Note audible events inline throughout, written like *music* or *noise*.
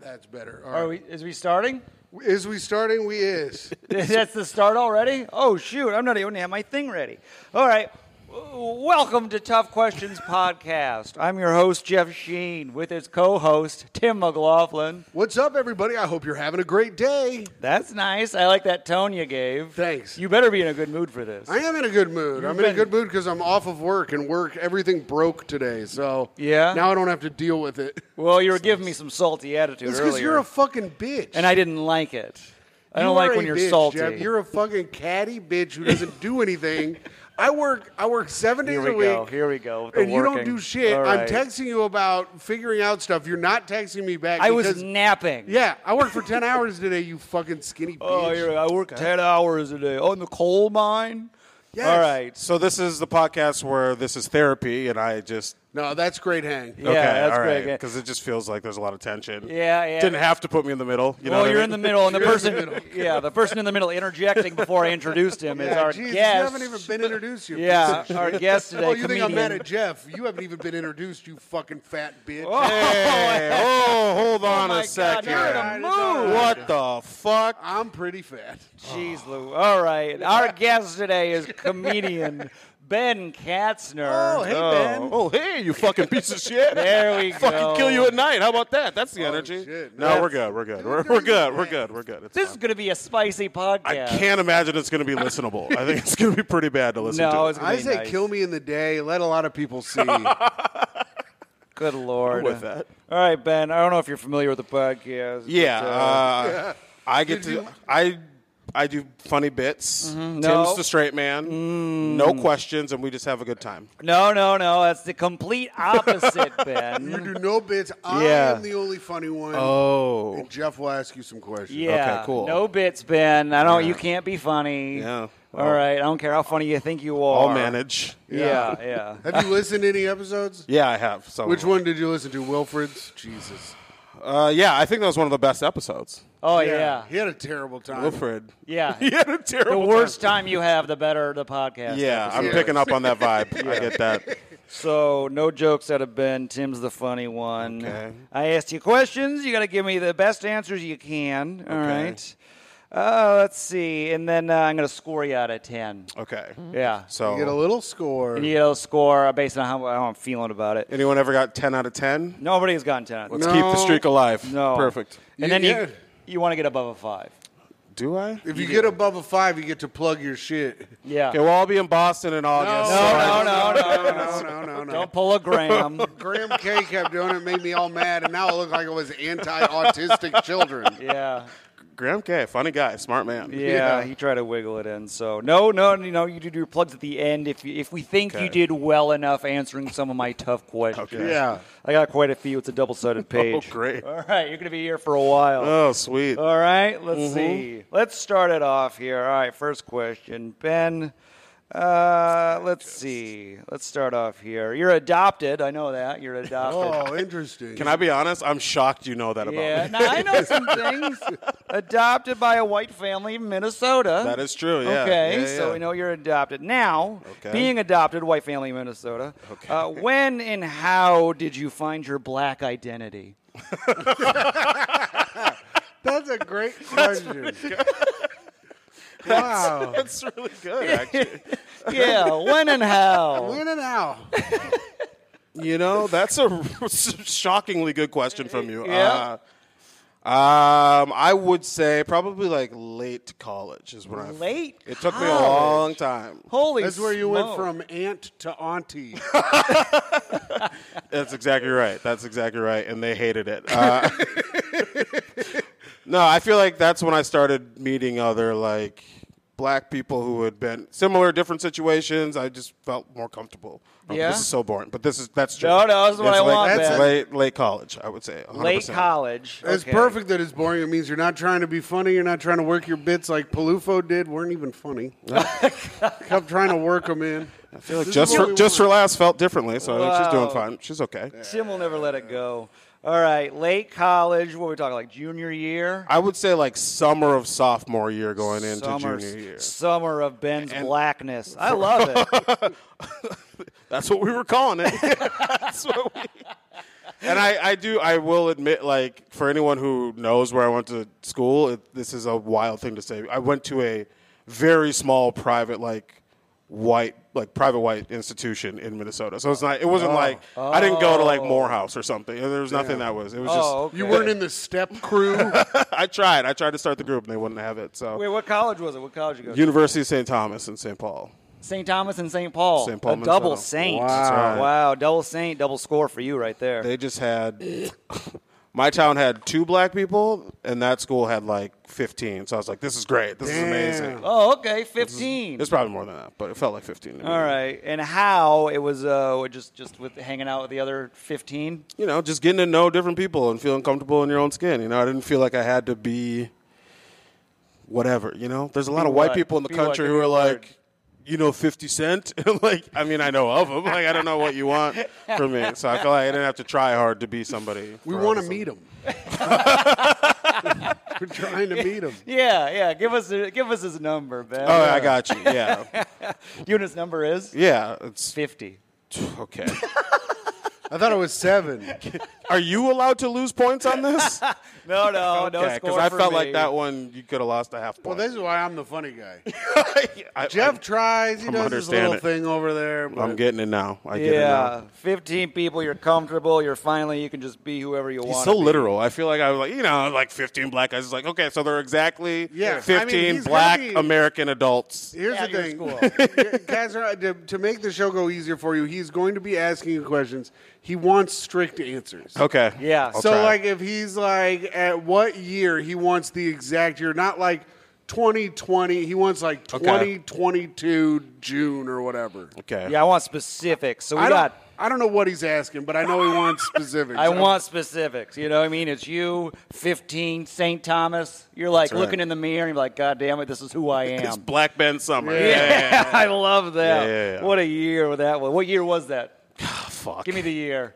That's better. All Are right. we? Is *laughs* we starting? Is we starting? We *laughs* is. That's the start already. Oh shoot! I'm not even have my thing ready. All right. W- Welcome to *laughs* Tough Questions Podcast. I'm your host Jeff Sheen with his co-host Tim McLaughlin. What's up, everybody? I hope you're having a great day. That's nice. I like that tone you gave. Thanks. You better be in a good mood for this. I am in a good mood. I'm in been- a good mood because I'm off of work and work. Everything broke today, so Yeah? Now I don't have to deal with it. well, you were giving me some salty attitude It's because earlier, you're a fucking bitch. and I didn't like it. I don't You are like a when you're bitch, salty. Jeff. You're a fucking catty bitch who doesn't *laughs* do anything. I work. I work seven Here days a we week. go. Here we go with the And you don't working. do shit. All I'm right. texting you about figuring out stuff. You're not texting me back. I was because- napping. Yeah, I worked for ten hours today. You fucking skinny bitch. Oh, you're, I work 10 hours a day. Oh, in the coal mine? Yes. All right. So this is the podcast where this is therapy, and I just No, that's great hang. Yeah, that's great. because it just feels like there's a lot of tension. Yeah, yeah. Didn't have to put me in the middle. You know well, what I you're in mean? the middle, and the You're in the person, *laughs* yeah, the person in the middle interjecting before I introduced him is Yeah, our Jesus, guest. You haven't even been introduced. You *laughs* yeah, piece of our shit. guest today. Oh, you think I'm comedian. mad at Jeff? You haven't even been introduced. You fucking fat bitch. *laughs* Hey, *laughs* oh, hold on my a God, second. you're in a mood. What the fuck? I'm pretty fat. *laughs* Jeez, Lou. All right, our guest *laughs* today is comedian Ben Katzner. Oh, hey, Oh, Ben. oh, hey, you fucking piece of *laughs* shit. There we *laughs* fucking go. kill you at night. How about that? That's the energy. shit. No, we're good. We're good. We're, we're good. We're good. We're good. It's This is fine. going to be a spicy podcast. I can't imagine it's going to be listenable. I think it's going to be pretty bad to listen to. No, it's going I to be say nice. kill me in the day. Let a lot of people *laughs* see. Good lord. with that. All right, Ben. I don't know if you're familiar with the podcast. Yeah, but, uh, I get to I I do funny bits. No. Tim's the straight man. No questions, and we just have a good time. No, no, no. That's the complete *laughs* opposite, you Ben. do no bits. I Yeah. am the only funny one. Oh, And Jeff will ask you some questions. Yeah. Okay, cool. No bits, Ben. I don't. Yeah. You can't be funny. Yeah. All right. I don't care how funny you think you are. I'll manage. Yeah. Yeah. Have you listened to any episodes? Yeah, I have. So Which one did you listen to? Wilfred's? Jesus. Uh, yeah, I think that was one of the best episodes. Oh yeah. He had a terrible time. Wilfred. *laughs* Yeah. he had a The terrible. worst time you have, the better the podcast. Yeah, I'm Yeah. picking up on that vibe. I get that. So no jokes out of Ben. Tim's the funny one. Okay. I asked you questions. You got to give me the best answers you can. All Okay. right. Uh, let's see, and then uh, I'm gonna score you out of ten. Okay. Yeah. You get a So, little score. And you know, score based on how, how I'm feeling about it. anyone ever got 10 out of 10? Nobody's gotten 10 out of Let's 10. keep the streak alive. No. Perfect. And You then you, did. you want to get above a 5. Do I? If you get above a five, you get to plug your shit. Yeah. Okay, well, I'll be in Boston in August. so no, I- no, no, no, *laughs* no, no, no. Don't pull a *laughs* gram. Graham K kept doing it, made me all mad, and now I look like I was *laughs* anti-autistic children. *laughs* yeah. Graham K, funny guy, smart man. yeah. He tried to wiggle it in. So, no, no, you know, you do your plugs at the end if, you, if we think Okay. you did well enough answering some of my tough questions. Okay. Oh, Yeah. I got quite a few. It's a double *laughs* sided page. great. All right. You're going to be here for a while. Oh, sweet. All right, let's see. Let's start it off here. All right, first question, Ben. Uh, let's see. Let's start off here. You're adopted. I know that you're adopted. *laughs* Oh, interesting. Can I be honest? I'm shocked you know that about yeah, me. now I *laughs* know some things. Adopted by a white family in Minnesota. That is true, yeah. Okay, Yeah, so yeah. we know you're adopted. Now, Okay. being adopted, white family in Minnesota. Okay. Uh, when and how did you find your black identity? That's a great question. *laughs* *laughs* wow. That's really good, actually. Yeah, when *laughs* and how? When and how? you know, that's a *laughs* shockingly good question from you. Yeah. Uh, um, I would say probably like late college is when I Late It took me a college. long time. Holy, That's where you went smoke. from aunt to auntie. That's exactly right. That's exactly right. And they hated it. Uh, *laughs* no, I feel like that's when I started meeting other like black people who had been similar, different situations. I just felt more comfortable. Oh, Yeah? This is so boring, but this is that's true. No, no, this is what It's I late, want, That's man. late, late college, I would say. 100%. late college. It's Okay. perfect that it's boring. It means you're not trying to be funny. You're not trying to work your bits like Palufo did. Weren't even funny. Kept trying to work them in. I feel like Just her, just her last felt differently, so I think she's doing Wow. fine. She's okay. Tim will never let it go. All right, late college. What are we talking like junior year? I would say like summer of sophomore year going into junior year. summer of Ben's And- blackness. I love *laughs* it. *laughs* That's what we were calling it. That's what we. *laughs* and I, I do I will admit like for anyone who knows where I went to school, it, this is a wild thing to say. I went to a very small private like white like private white institution in Minnesota. So it's not it Oh. wasn't like I didn't go to like Morehouse or something. There was nothing that was. It was Oh, just You Okay. weren't in the step crew. I tried. I tried to start the group and they wouldn't have it. So Wait, what college was it? What college you go? to? University of St. Thomas in St. Paul. St. Thomas and St. Paul. St. Paul, a double Minnesota. saint. Wow. That's right. Wow, double saint, double score for you right there. They just had my town had two black people and that school had like 15. So I was like this is great. This Damn. is amazing. oh, okay, fifteen. It's probably more than that, but it felt like 15. to me. All right, and how it was uh, just just with hanging out with the other fifteen. You know, just getting to know different people and feeling comfortable in your own skin. You know, I didn't feel like I had to be whatever. You know, there's a lot Be of white what? people in the Be what? country Give who me are a word. like, you know, 50 Cent. *laughs* like, I mean, I know of them. Like, I don't know what you want from me. So I feel like I didn't have to try hard to be somebody. We for want to *laughs* others. meet him. We're trying to meet him. Yeah, yeah. Give us a, give us his number, Ben. Oh, I got you. *laughs* Yeah, You know what his number is? yeah. It's Fifty. okay. I thought it was seven. Are you allowed to lose points *laughs* on this? No, Oh, no, no Okay, score I for felt me. like that one you could have lost a half Well, point. this is why I'm the funny guy. *laughs* I- Jeff tries. He I'm does his little understanding. thing over there. I'm, I'm but- getting it now. I get it now. Yeah, fifteen people. You're comfortable. You're finally. You can just be whoever you He's want. so literal. I feel like I was like, you know, like 15 black guys. It's like, okay, so they're exactly Yeah. 15 I mean, he's black gotta be- American adults. Here's Out the of thing, your *laughs* Yeah, guys. Are, to, to make the show go easier for you, he's going to be asking you questions. He wants strict answers. Okay. Yeah. I'll so, try. like, if he's like, at what year he wants the exact year, not like 2020. He wants like Okay. 2022 June or whatever. okay. Yeah, I want specifics. So we I don't. got. I don't know what he's asking, but I know he wants *laughs* specifics. I I'm- want specifics. You know what I mean? It's you, 15, St. Thomas. You're like right. looking in the mirror and you're like, God damn it, this is who I *laughs* It's am. Black Ben Summer. yeah, I love that. Yeah, yeah, yeah. What a year that was. What year was that? *laughs* Fuck. Give me the year.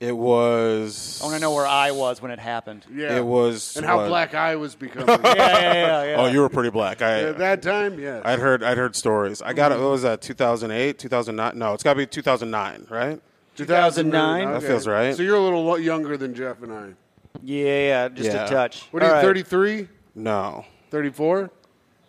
It was. I want to know where I was when it happened. *laughs* Yeah, Yeah. It was. and how what? black I was becoming *laughs* yeah, yeah. yeah. Oh, you were pretty black. I, at that Mm-hmm. time. Yes. I'd heard. I'd heard stories. I got it. What was that? 2008, 2009? No, it's got to be 2009, right? 2009? Okay. That feels right. So you're a little lo- younger than Jeff and I. yeah, yeah, just Yeah. a touch. What are you, All right. 33? No, 34?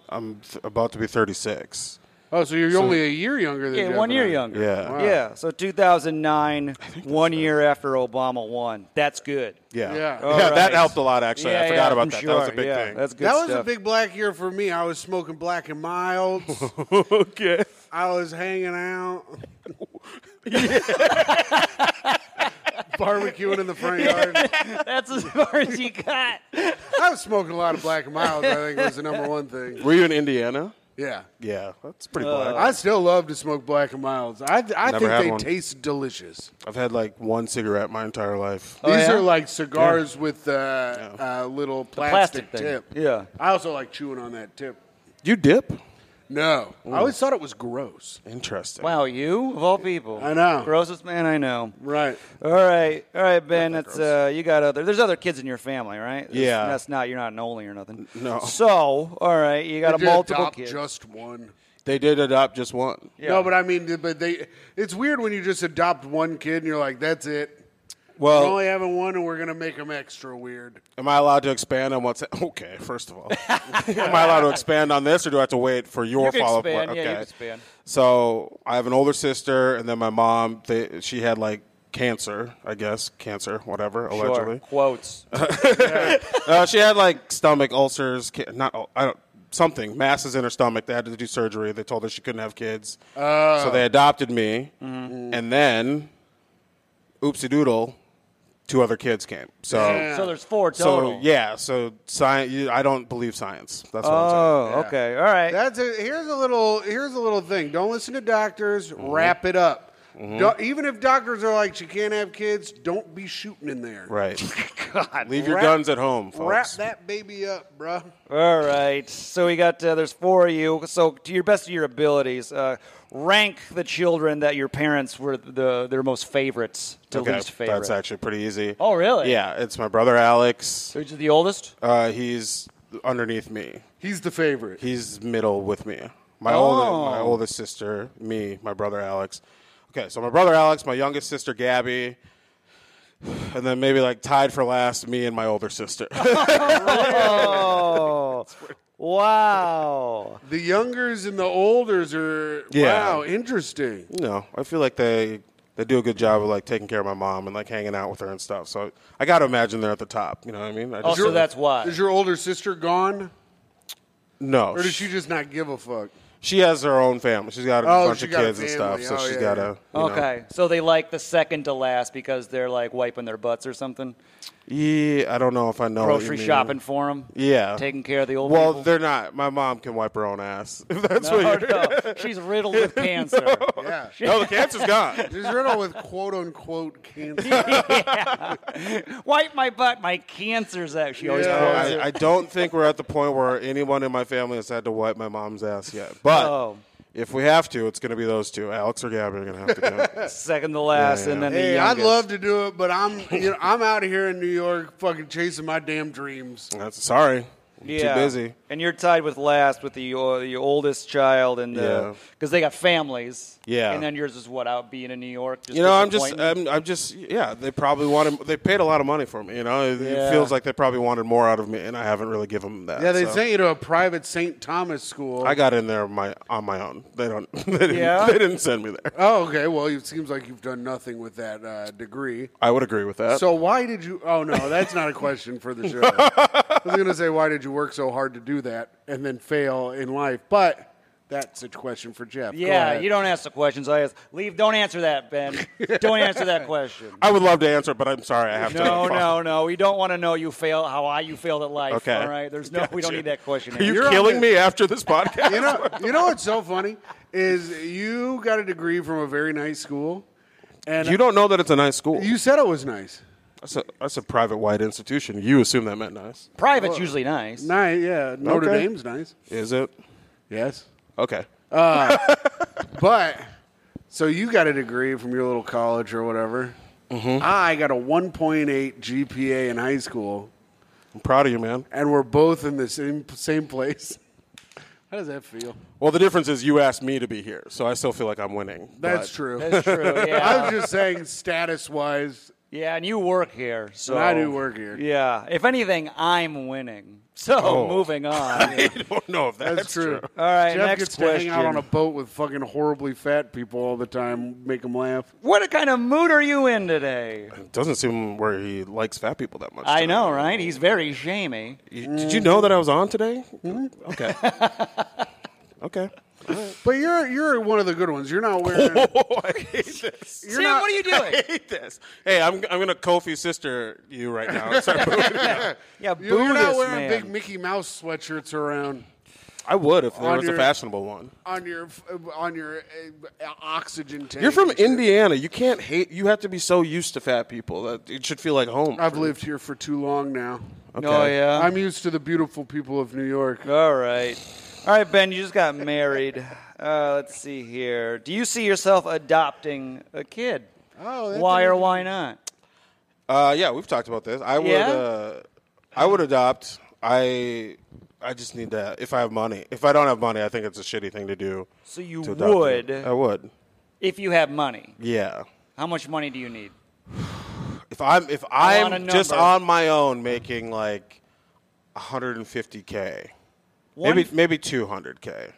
I'm th- about to be 36. Oh, so you're only a year younger than Yeah, Jeff one and year I. younger. Yeah. Wow. Yeah, so 2009, one year after Obama won. That's good. Yeah. Yeah. Yeah. All That right. helped a lot. Actually, Yeah, I forgot yeah, about I'm that. That sure. was a big yeah, thing. That's good That stuff. was a big black year for me. I was smoking black and milds. *laughs* okay. I was hanging *laughs* out. *laughs* Barbecuing in the front *laughs* yard. *laughs* That's *laughs* as far as you got. I was smoking a lot of black and milds, I think was the number one thing. Were you in Indiana? Yeah. Yeah, that's Uh, pretty black. I still love to smoke black and milds. I, I think had they one. taste delicious. I've had like one cigarette my entire life. Oh, These yeah? are like cigars with uh, uh, little plastic, plastic thing. tip. Yeah. I also like chewing on that tip. You dip? No, I always thought it was gross. Interesting. Wow, you of all people. I know. Grossest man I know. Right. All right, all right, Ben. That's uh, you got other. There's other kids in your family, right? That's- Yeah. That's not you're not an only or nothing. No. So, all right, you got a Did you multiple adopt kids. just one. They did adopt just one. Yeah. No, but I mean, but they. It's weird when you just adopt one kid and you're like, that's it. We're Well, only having one, and we're gonna make them extra weird. am I allowed to expand on what's *laughs* okay? *laughs* First of all, am I allowed to expand on this, or do I have to wait for your You can follow up? expand. Okay. Yeah, you can expand. So I have an older sister, and then my mom. They, she had like cancer, I guess, cancer, whatever, Sure. allegedly. Quotes. uh, she had like stomach ulcers, ca- not ul- I don't something masses in her stomach. They had to do surgery. They told her she couldn't have kids, so Oh. they adopted me, Mm-hmm. and then, oopsie doodle, two other kids came. So. Yeah. so there's four total. So yeah, so science. I don't believe science. That's what I'm saying. Oh, okay. All right. That's a, here's a little here's a little thing. Don't listen to doctors. Mm-hmm. Wrap it up. Don't- even if doctors are like, she can't have kids. Don't be shooting in there. *laughs* *laughs* Right. God. Leave your Wrap- guns at home, Wrap folks. that baby up, bruh. All right. So we got uh, there's four of you. So to your best of your abilities, uh, rank the children that your parents were the their most favorites to Okay, least favorite. That's actually pretty easy. Oh, really? Yeah, it's my brother Alex. So he's the oldest. *laughs* Uh, he's underneath me. He's the favorite. He's middle with me. My Oh. older, my older sister, me, my brother Alex. Okay, so my brother Alex, my youngest sister Gabby, and then maybe like tied for last, me and my older sister. *laughs* Oh, wow. The youngers and the olders are Yeah. wow, interesting. you know, I feel like they they do a good job of like taking care of my mom and like hanging out with her and stuff. So I got to imagine they're at the top. You know what I mean? I Also, Oh, that's why. Is your older sister gone, no. or does she, she just not give a fuck? she has her own family. She's got a Oh, bunch she of got a kids and stuff, family. so Oh, she's yeah, got yeah. to. Okay, so they like the second to last because they're like wiping their butts or something, Yeah, I don't know if I know. what Oh, you grocery mean. shopping for them. Yeah. taking care of the old Well, people. *laughs* they're not. My mom can wipe her own ass. *laughs* If that's No, what you're. no, she's riddled *laughs* with cancer. Oh, Yeah, No, the cancer's *laughs* gone. she's riddled with quote unquote *laughs* cancer. Wipe my butt, my cancer's out. She always Yeah. calls I, it. *laughs* I don't think we're at the point where anyone in my family has had to wipe my mom's ass yet. But Oh. if we have to, it's going to be those two. Alex or Gabby are going to have to do *laughs* it. second to last, Yeah, and yeah. then the Hey, I'd youngest. love to do it, but I'm you know I'm out here in New York, fucking chasing my damn dreams. That's, sorry. I'm Too busy. And you're tied with last with the uh, the oldest child, and Yeah. because they got families. Yeah. And then yours is what out being in New York. Just You know, I'm just, um, disappointing? I'm, I'm just, yeah. They probably wanted, they paid a lot of money for me. You know, it, it Yeah. feels like they probably wanted more out of me, and I haven't really given them that. Yeah, they so. sent you to a private St. Thomas school. I got in there my on my own. They don't, *laughs* they didn't, Yeah? they didn't send me there. oh, okay. Well, it seems like you've done nothing with that uh, degree. I would agree with that. So why did you? Oh no, that's not a question for *laughs* the show. I was gonna say why did you work so hard to do that and then fail in life, but that's a question for Jeff. Go Yeah, ahead. you don't ask the questions I ask. Leave. Don't answer that, *laughs* Ben. don't answer that question. I would love to answer, but I'm sorry, I have *laughs* to. No, no, no. We don't want to know you fail how I you failed at life. Okay. All right. There's no. We don't Gotcha. need that question. Are *laughs* you You're on killing the- me after this podcast? You know, you know what's so funny is you got a degree from a very nice school, and You don't know that it's a nice school. you said it was nice. That's a, that's a private white institution. You assume that meant nice. Private's usually nice. Nice, yeah. Notre Okay. Dame's nice. Is it? Yes, Okay. Um, but so you got a degree from your little college or whatever. I got a 1.8 GPA in high school. I'm proud of you, man. and we're both in the same same place. How does that feel? Well, the difference is you asked me to be here, so I still feel like I'm winning. That's but- true. That's *laughs* *laughs* true. I Yeah. was just saying, status wise, yeah. And you work here, so I do work here. Oh. Yeah. If anything, I'm winning. *laughs* So moving *laughs* on. *laughs* I don't know if that's, that's true. true. All right, Jeff next gets to hang out on question. a boat with fucking horribly fat people all the time, make them laugh. What kind of mood are you in today? It doesn't seem where he likes fat people that much. I to me. know, right? He's very shamey. You- Did you know that I was on today? Okay. okay. But you're you're one of the good ones. You're not wearing. Oh, *laughs* I hate this. Tim, not- what are you *laughs* doing? I hate this. Hey, I'm, I'm going to Kofi sister you right now. and start booing you. Yeah, boo You're not this wearing man. big Mickey Mouse sweatshirts around I would if there On was your- a fashionable one. on your on your uh, oxygen tank. You're from Indiana. You can't hate. You have to be so used to fat people that it should feel like home. I've lived here for too long now. Oh Okay. yeah. I'm used to the beautiful people of New York. All right. All right, Ben, you just got married. Uh, let's see here. Do you see yourself adopting a kid? Oh, that's why or why not? Uh, yeah, we've talked about this. I would. Yeah? Uh, I would adopt. I. I just need to. If I have money. If I don't have money, I think it's a shitty thing to do. So you to adopt a- would I would. if you have money. Yeah. How much money do you need? If I'm if want a I'm just number. on my own making like 150k, One- maybe maybe 200k. I would-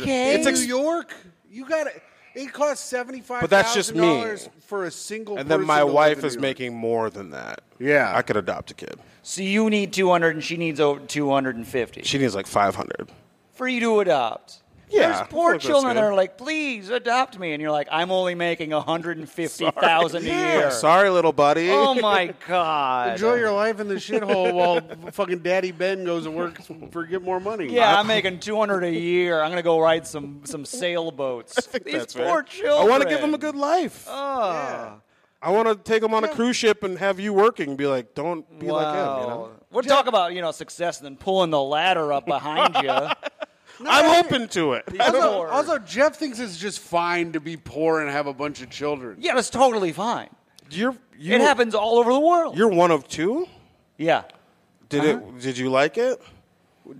200k. it's ex- New York, you got it. It costs seventy five. But that's just me. dollars for a single. And then person my to live wife in is New York. making more than that. Yeah. I could adopt a kid. so you need 200 and she needs over 250 She needs like 500. for you to adopt. Yeah, There's I poor think that's children that good. are like, "Please adopt me," and you're like, "I'm only making 150,000 a year." Sorry, little buddy. Oh my god. Enjoy your life in the shithole while *laughs* fucking Daddy Ben goes to work for get more money. Yeah, I'm making 200 a year. I'm gonna go ride some some *laughs* sailboats. These That's poor right. children. I want to give them a good life. uh, Oh, I want to take them on a cruise ship and have you working. and Be like, don't be wow. like him. You know? We'll talk about you know success and then pulling the ladder up behind *laughs* you. I'm open to it. Also, also, Jeff thinks it's just fine to be poor and have a bunch of children. yeah, that's totally fine. You're you. it happens all over the world. You're one of two. yeah. Did Uh-huh. it? Did you like it?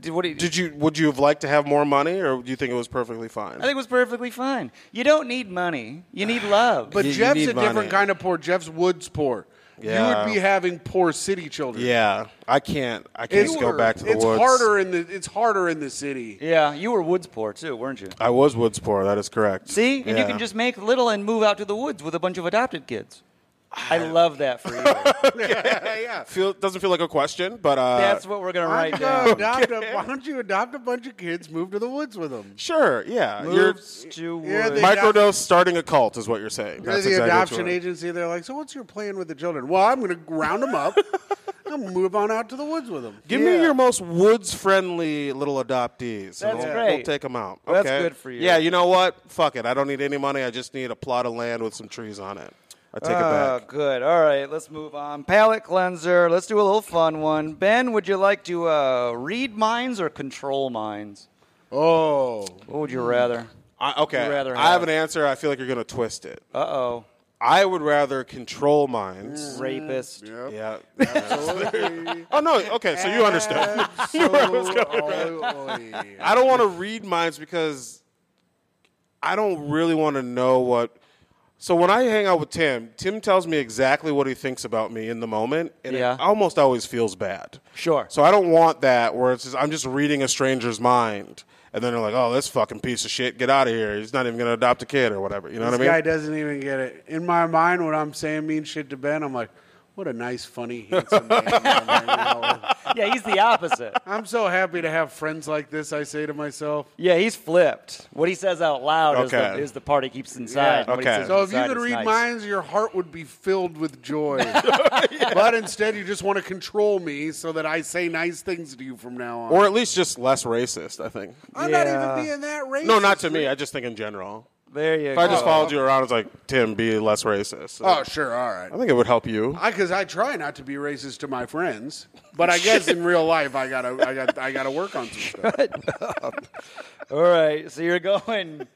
Did, what do you, Did you? Would you have liked to have more money, or do you think it was perfectly fine? I think it was perfectly fine. You don't need money. You need love. But You- you Jeff's need a different money. kind of poor. Jeff's woods poor. Yeah. you would be having poor city children. Yeah, I can't. I can't It's- go back to the it's woods. harder in the it's harder in the city. *laughs* Yeah, you were woods poor too, weren't you? I was woods poor. That is correct. See, and you Yeah. can just make little and move out to the woods with a bunch of adopted kids. I love that for *laughs* Uh, you. feel doesn't feel like a question, but uh, That's what we're gonna write Why don't down. you adopt a- why don't you adopt a bunch of kids, move to the woods with them? sure. Yeah, you're Moves to Yeah, woods. they- microdose starting a cult is what you're saying. They're That's the exactly what adoption you're- agency, they're like, so what's your plan with the children? Well, I'm going to round them *laughs* up. I'm going to move on out to the woods with them. Give me Yeah. your most woods friendly little adoptees. and That's we'll, great. We'll take them out. Well, that's okay? good for you. Yeah, you know what? Fuck it. I don't need any money. I just need a plot of land with some trees on it. I take Ah, it back. good. All right, let's move on. Palette cleanser. Let's do a little fun one. Ben, would you like to uh, read minds or control minds? Oh. What would you rather? I, okay. You'd rather I have have- an answer. I feel like you're going to twist it. Uh oh, I would rather control minds. rapist. Yeah. Absolutely. *laughs* oh no. Okay. So you *laughs* understand. Absolutely. I don't want to read minds because I don't really want to know what. So when I hang out with Tim, Tim tells me exactly what he thinks about me in the moment, and Yeah. it almost always feels bad. Sure. So I don't want that where it's just, I'm just reading a stranger's mind, and then they're like, "Oh, this fucking piece of shit, get out of here. He's not even gonna adopt a kid or whatever." You know This what I guy mean? doesn't even get it. In my mind, when I'm saying mean shit to Ben, I'm like, what a nice, funny, handsome man. I'm hanging out *laughs* with. Yeah, he's the opposite. I'm so happy to have friends like this, I say to myself. Yeah, he's flipped. What he says out loud is, Okay. the, is the part he keeps inside. Yeah. What he Okay. says So if you inside could is read nice. minds, your heart would be filled with *laughs* joy. But instead, you just want to control me so that I say nice things to you from now on. Or at least just less racist. I think. I'm Yeah. not even being that racist. No, not to me. I just think in general. there you If go. I just followed you around, it's like Tim, be less racist. Oh, sure, all right. I think it would help you. Because I, try not to be racist to my friends, but I *laughs* guess in real life, I gotta, I got, I gotta work on some stuff. All right, so you're going,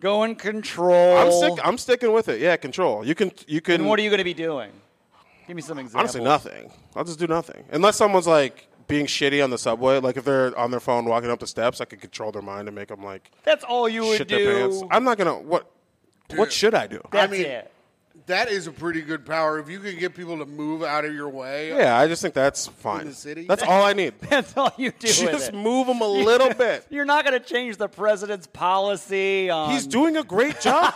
going control. I'm stick, I'm sticking with it. Yeah, control. You can you can and what are you going to be doing? Give me some examples. honestly nothing. I'll just do nothing. Unless someone's like being shitty on the subway, like if they're on their phone walking up the steps, I could control their mind and make them like That's all you would shit do. their pants. I'm not gonna what what should I do? That's I mean- it. *laughs* that is a pretty good power. If you could get people to move out of your way, Yeah, I just think that's fine. the city? That's all I need. That's all *laughs* you do with just it. move him *laughs* a little bit. You're not going to change the president's policy on. He's doing a *laughs* great job.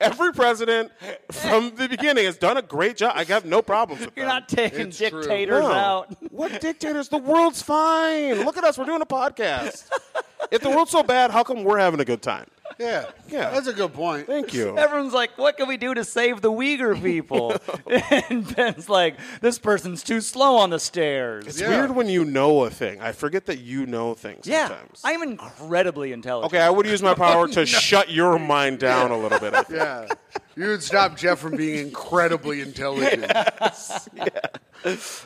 Every president from the beginning has done a great job. I have no problems with You're them. not taking It's true. dictators No. out. *laughs* *laughs* What dictators? The world's fine. Look at us. We're doing a podcast. if the world's so bad, how come we're having a good time? yeah, Yeah. That's a good point. *laughs* Thank you. Everyone's like, what can we do to save the Uyghur *laughs* people? *laughs* and Ben's like, this person's too slow on the stairs. It's Yeah. weird when you know a thing. I forget that you know things yeah, sometimes. I'm incredibly intelligent. okay, I would use my power to shut your mind down a little bit. *laughs* I think. Yeah, you would stop Jeff from being incredibly intelligent.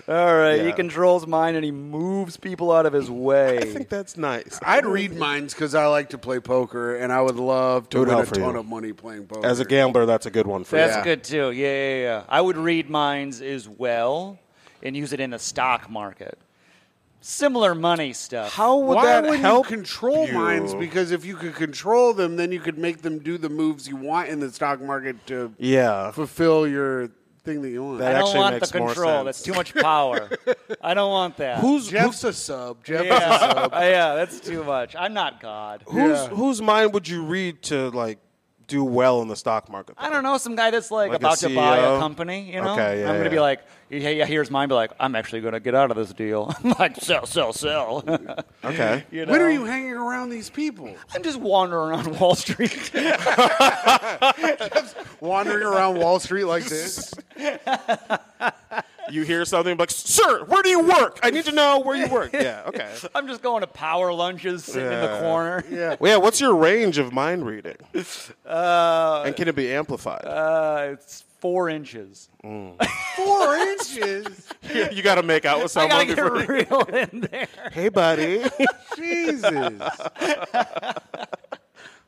All right, he Yeah. controls mine and he moves people out of his way. *laughs* I think that's nice. I'd read minds because I like to play poker, and I would love to Good win a help for ton you. of money playing poker. As a gambler, that's a good one for That's you. good too. Yeah, yeah, yeah. I would read minds as well and use it in the stock market. Similar money stuff. How would Why that wouldn't help you control you? minds? Because if you could control them, then you could make them do the moves you want in the stock market to yeah, fulfill your thing that you want. I That- don't actually want the makes more control. sense. That's too much *laughs* power. I don't want that. who's Jeff's a sub. Jeff's a *laughs* sub. yeah. yeah, that's too much. I'm not God. who's Yeah. whose mind would you read to like do well in the stock market? I don't know, some guy that's like, Like a about to buy a CEO? company, you know? Okay, yeah, I'm going to be yeah. like, yeah, yeah, here's mine. Be like, I'm actually going to get out of this deal. *laughs* I'm like, sell, sell, *laughs* sell. Okay, you know? When are you hanging around these people? I'm just wandering around *laughs* Wall Street. *laughs* Wandering around Wall Street like this? you hear something like, "Sir, where do you work? I need to know where you work." *laughs* Yeah, okay. I'm just going to power lunches, sitting in the Yeah. corner. Yeah. Well, yeah, what's your range of mind reading? and can it be amplified? Uh, it's four inches. Four inches? *laughs* you got to make out with I gotta someone get *laughs* real before. you- in there. Hey, buddy. Jesus. *laughs*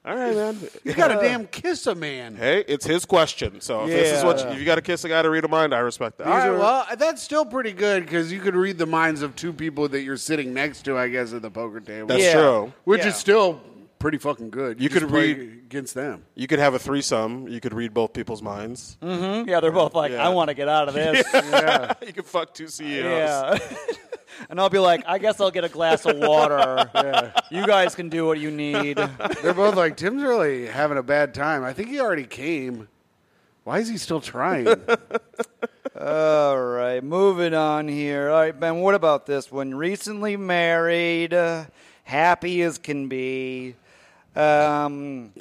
All right, man. You got to damn kiss a man. Hey, it's his question. So if this is what you, Yeah. if you got to kiss a guy to read a mind, I respect that. All right, well, that's still pretty good because you could read the minds of two people that you're sitting next to, I guess, at the poker table. That's Yeah. true. Which Yeah. is still pretty fucking good. You just could play read- against them. You could have a threesome. You could read both people's minds. *laughs* Mm. Yeah, they're both like, Yeah. I want to get out of this. *laughs* you could fuck two E CEOs. Yeah. *laughs* and I'll be like, I guess I'll get a glass of *laughs* water. You guys can do what you need. They're both like, Tim's really having a bad time. I think he already came. Why is he still *laughs* trying? All right, moving on here. All right, Ben, what about this one? Recently married, uh, happy as can be. Um,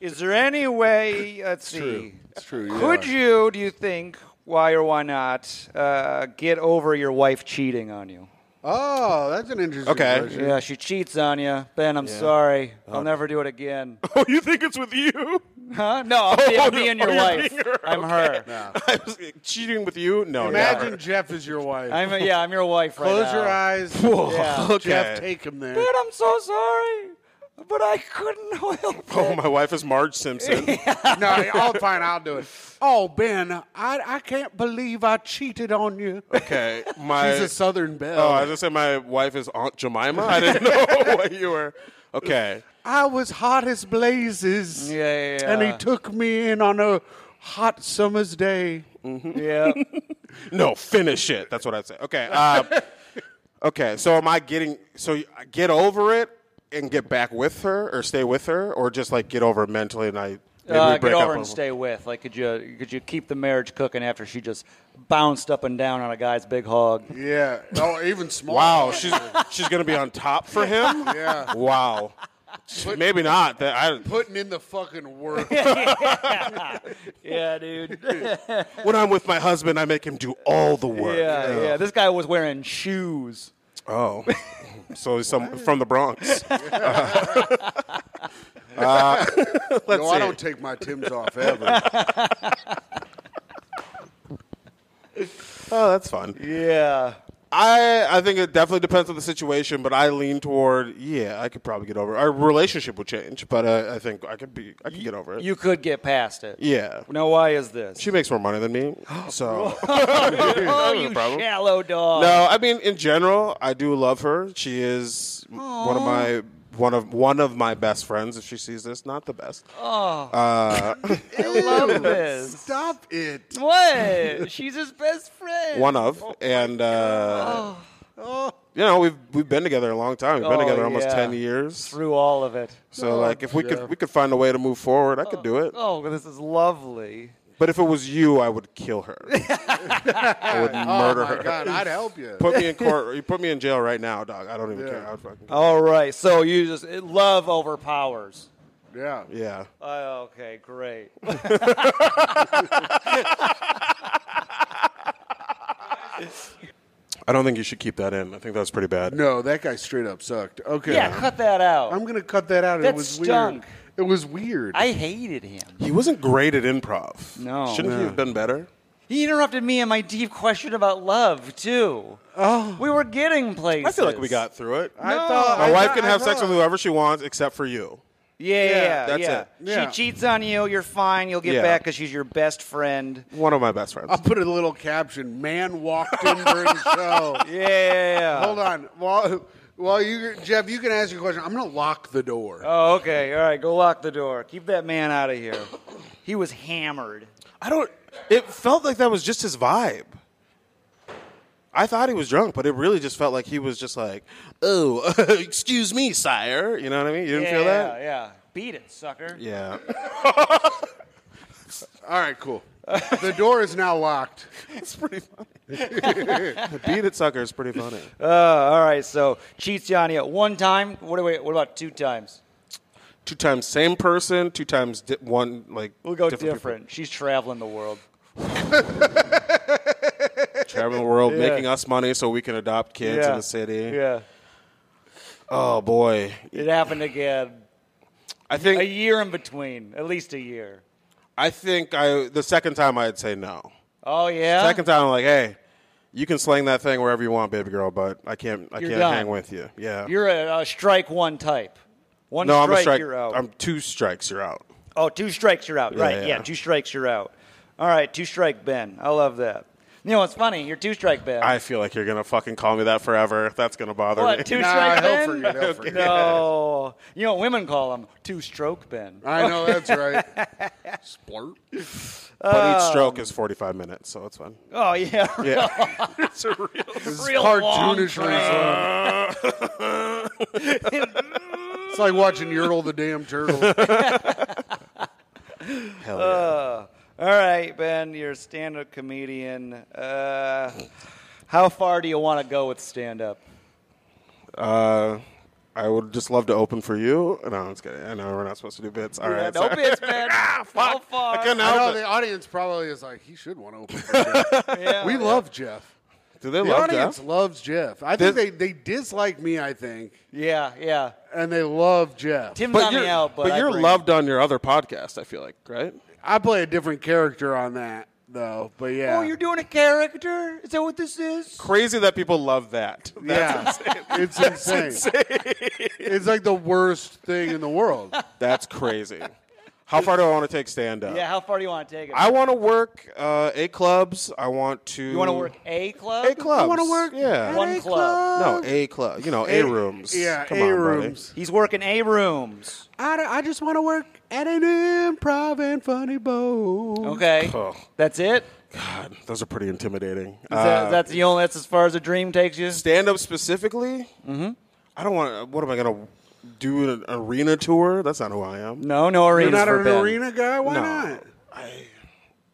is there any way, let's see. true. It's true, you Could are. you, do you think, why or why not, uh, get over your wife cheating on you? oh, that's an interesting Okay. question. Yeah, she cheats on you. Ben, I'm sorry. Uh, I'll never do it *laughs* again. *laughs* Oh, you think it's with you? *laughs* Huh? No, I'm, be- I'm *laughs* Oh, being your you're wife. being her. I'm her. I was like, cheating with you? No. Imagine never. Jeff is your wife. I'm yeah, I'm your wife right Close now. your eyes. *laughs* Yeah. Okay. Jeff, take him there. Ben, I'm so sorry, but I couldn't *laughs* help *laughs* Oh, it. my wife is *laughs* Marge Simpson. no, I'll fine. I'll do it. Oh, Ben, I, I can't believe I cheated on *laughs* you. okay, my. She's a Southern belle. oh, I was gonna say my wife is Aunt Jemima. I didn't *laughs* know what you were. Okay. I was hot as blazes. Yeah, yeah, yeah. And he took me in on a hot summer's day. Yeah, No, finish it. That's what I'd say. Okay. Uh, okay. So am I getting? So I get over it and get back with her, or stay with her, or just like get over it mentally and I maybe uh, we get break up over over- and stay with. Like, could you could you keep the marriage cooking after she just bounced up and down on a guy's big hog? Yeah. Oh, even smaller. Wow, she's she's gonna be on top *laughs* for him. Yeah. Wow. Maybe not. That I Putting in the fucking *laughs* work. *laughs* Yeah, dude. when I'm with my husband, I make him do all the work. yeah, yeah. This guy was wearing shoes. Oh, so he's some from *laughs* the Bronx. no, I see. don't take my Tim's off *laughs* ever. Oh, that's fun. Yeah. I I think it definitely depends on the situation, but I lean toward yeah, I could probably get over. it. Our relationship would change, but uh, I, I think I could be I could get over it. You could get past it. yeah, Now, why is this? she makes more money *gasps* than me, so oh, a you problem. shallow dog. no. I mean, in general, I do love her. She is one of my one of one of my best friends. If she sees this, not the best. Oh, I *laughs* love this. Stop it. What? She's his best friend. One of, and uh, you know we've we've been together a long time. We've been Oh, together almost yeah. ten years. through all of it. So like, if we yeah. could we could find a way to move forward, I could do it. Oh, this is lovely. But if it was you, I would kill *laughs* her. I would murder oh my her. God, I'd help you. Put me in court. You put me in jail right now, dog. I don't even care. I would fucking. All right. So you just it- love overpowers. yeah. Yeah. Oh, okay, great. I don't think you should keep that in. I think that's pretty bad. No, that guy straight up sucked. Okay. Yeah, cut that out. I'm going to cut that out. That it was stunk. weird. It was weird. I hated him. He wasn't great at improv. No. Shouldn't he have been better? He interrupted me in my deep question about love too. Oh, we were getting places. I feel like we got through it. I thought- My I wife thought- can I have sex thought- with whoever she wants except for you. Yeah, yeah, yeah. that's yeah. it. Yeah. She cheats on you. You're fine. You'll get Yeah. back because she's your best friend. One of my best friends. I'll put a little caption. Man walked in during show. *laughs* Yeah. yeah, *laughs* yeah. Hold on. While, while you, Jeff, you can ask your question. I'm going to lock the door. Oh, okay. All right. Go lock the door. Keep that man out of here. He was hammered. I don't. It felt like that was just his vibe. I thought he was drunk, but it really just felt like he was just like, "Oh, *laughs* excuse me, sire." You know what I mean? You didn't yeah, feel that? Yeah, yeah. Beat it, sucker. Yeah. All right, cool. the door is now *laughs* locked. It's pretty funny. *laughs* Beat it, sucker, is pretty funny. Uh, all right. So cheats on you one time. What do we? What about two times? Two times same person, two times di- one, like. We'll go different different. people. She's traveling the world. Traveling the *laughs* world, Yeah. making us money so we can adopt kids in the city. Yeah. Oh, boy. It happened again. I A think, year in between, at least a year. I think I, the second time I'd say no. Oh yeah. Second time, I'm like, hey, you can sling that thing wherever you want, baby girl, but I can't, I You're can't done. hang with you. Yeah. You're a, a strike one type. One no, strike, I'm a strike. you're out. I'm two strikes, you're out. Oh, two strikes, you're out. right. Yeah, yeah. two strikes, you're out. All right, two strike Ben. I love that. You know what's funny? Your two strike bid. I feel like you're gonna fucking call me that forever. That's gonna bother what me. two Nah, strike he'll Ben? forget, he'll forget. No, you know what women call them two stroke Ben. I know that's *laughs* right. Splurt. but Um, each stroke is 45 minutes, so it's fun. Oh yeah, *laughs* Yeah. It's a real, real long train. *laughs* It's like watching Yertle the damn turtle. Hell uh, yeah. All right, Ben, you're a stand-up comedian. Uh, how far do you want to go with stand-up? Uh, I would just love to open for you. No, it's good. I know we're not supposed to do bits. All right. no sorry. bits, *laughs* Ben. ah, How far? I couldn't I know help the it. audience probably is like, he should want to open. *laughs* For Jeff. Yeah. we love Jeff. *laughs* Do they The love audience Jeff? loves Jeff. I think This- they, they dislike me. I think, Yeah, yeah. and they love Jeff. Tim's But on you're, the out, but, but I you're bring- loved on your other podcast. I feel like, right? I play a different character on that though. But yeah, Oh, you're doing a character? Is that what this is? Crazy that people love that. *laughs* yeah, *laughs* it's insane. it's like the worst thing in the world. That's crazy. How far do I want to take stand up? Yeah. How far do you want to take it? I want to work uh, eight clubs. I want to. you want to work a club? eight clubs? I wanna work Yeah. One club. No, a club. You know, a, rooms. Yeah, Come a on, buddy. rooms. He's working a rooms. I, d- I just want to work at an improv and funny boat. Okay. Oh. That's it. God, those are pretty intimidating. Is that, that's the only. That's as far as a dream takes you. stand up specifically. Mm-hmm. I don't want. What am I gonna do? An arena tour? That's not who I am. No, no You're arenas not for an Ben. arena guy. Why No. not? I.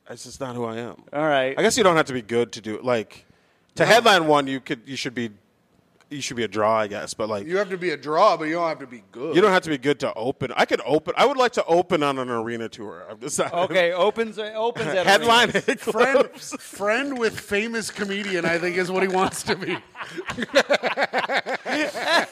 It's just not who I am. All right. I guess you don't have to be good to do it. Like to headline one, you could. You should be. You should be a draw, I guess. But like, You have to be a draw, but you don't have to be good. you don't have to be good to open. I could open. I would like to open on an arena tour. I'm just *laughs* okay. Opens. uh, Opens at *laughs* Headline arenas. *laughs* eight friend, clubs. friend with famous comedian, I think is what he wants to be.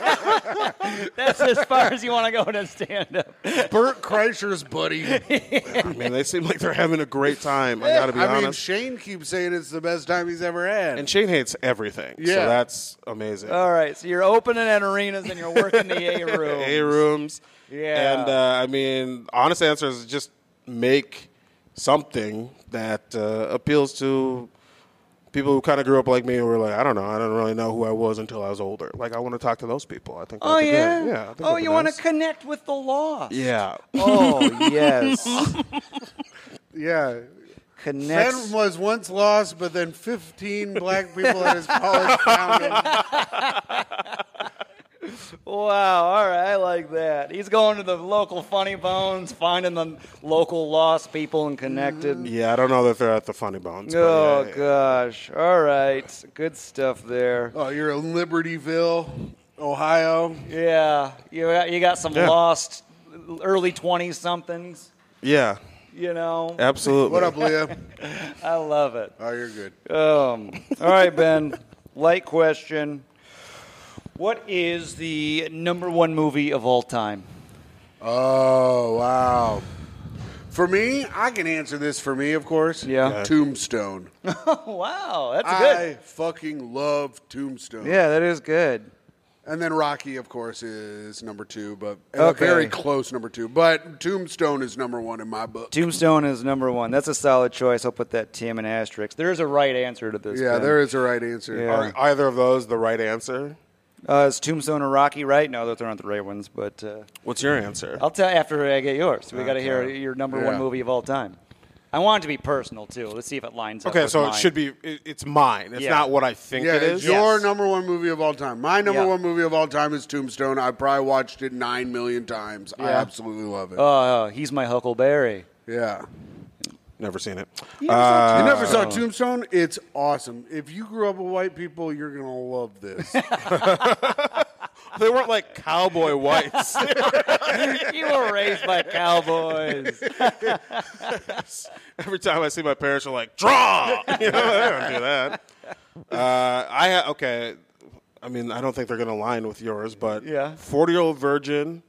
That's as far as you want to go to stand up. Burt Kreischer's buddy. *laughs* I mean, they seem like they're having a great time. I gotta be I mean, honest. Shane keeps saying it's the best time he's ever had. and Shane hates everything. Yeah. So that's amazing. All right. So you're opening at arenas and you're working the *laughs* a room. A rooms. Yeah. And uh, I mean, honest answer is just make something that uh, appeals to people who kind of grew up like me who were like, I don't know, I don't really know who I was until I was older. Like, I want to talk to those people. I think. Oh that'd be yeah. good. Yeah. I think oh, that'd be you want nice. to connect with the lost. Yeah. *laughs* Oh yes. yeah. Ben Connect. was once lost, but then 15 black people at his *laughs* college found him. Wow. All right. I like that. He's going to the local funny bones, finding the local lost people and connected. Yeah, I don't know that they're at the funny bones. but Oh yeah, yeah. gosh! All right, good stuff there. Oh, you're in Libertyville, Ohio. Yeah, you got, you got some Yeah. lost early twenty somethings. Yeah, You know, absolutely. What up, Leah? I love it. Oh, you're good. Um, all right, Ben. Light question: What is the number one movie of all time? Oh, wow. For me, I can answer this for me, of course. Yeah. Yeah. Tombstone. *laughs* wow, that's I good. fucking love Tombstone. Yeah, that is good. And then Rocky, of course, is number two, but and a Okay. very close number two. But Tombstone is number one in my book. Tombstone is number one. That's a solid choice. I'll put that Tim and asterisk. There is a right answer to this. yeah, Ben. there is a right answer. Yeah. Are either of those the right answer? Uh, is Tombstone or Rocky right? No, those aren't the right ones, but uh, What's your answer? I'll tell you after I get yours. We got to hear your number one Yeah. movie of all time. I want it to be personal too. Let's see if it lines up. Okay, with so mine. it should be. It, it's mine. It's Yeah. not what I think Yeah, it it's is. your Yes. number one movie of all time. My number Yeah. one movie of all time is Tombstone. I probably watched it nine million times. I Yeah. absolutely love Uh, it. Oh, he's my Huckleberry. yeah. Never seen it. you never saw Tombstone? It's awesome. If you grew up with white people, you're going to love *laughs* this. They weren't like cowboy whites. *laughs* you were raised by cowboys. *laughs* Every time I see my parents, are like, "Draw!" *laughs* You know, they don't do that. Uh, I ha- okay. I mean, I don't think they're going to line with yours, but Yeah. forty-year-old virgin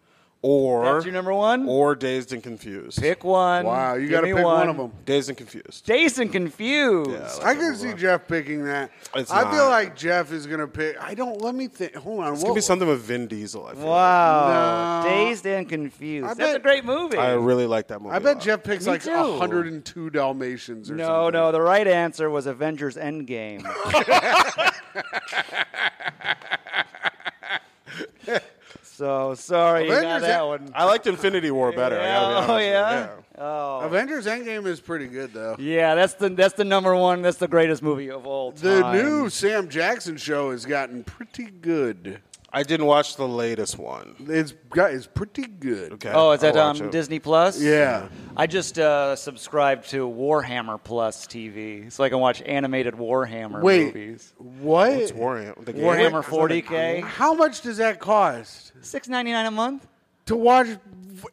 or That's your number one? or Dazed and Confused. Pick one. Wow, you Give got to me pick one. of them. Dazed and Confused. Dazed and confused. Yeah, like- I can see Jeff picking that. It's I feel not. like Jeff is gonna pick. I don't. Let me think. Hold on. It's gonna be something with Vin Diesel. I feel Wow. No. Dazed and confused. I That's bet- a great movie. like. I really like that movie. I a bet lot. Jeff picks Me like too. 102 Dalmatians or no, something. no. The right answer was *laughs* Avengers Endgame. so sorry, you got Avengers that End- one. I liked Infinity War better. I gotta Yeah, be honest Oh with you. yeah. Oh. Avengers Endgame is pretty good though. Yeah, that's the that's the number one. That's the greatest movie of all time. The new Sam Jackson show has gotten pretty good. I didn't watch the latest one. It's got it's pretty good. Okay. Oh, is I'll that watch um, it. Disney Plus? Yeah. I just uh, subscribed to Warhammer Plus TV, so I can watch animated Warhammer Wait, movies. what? It's Warhammer. The game. Warhammer Isn't 40K, that a How much does that cost six ninety nine a month. to watch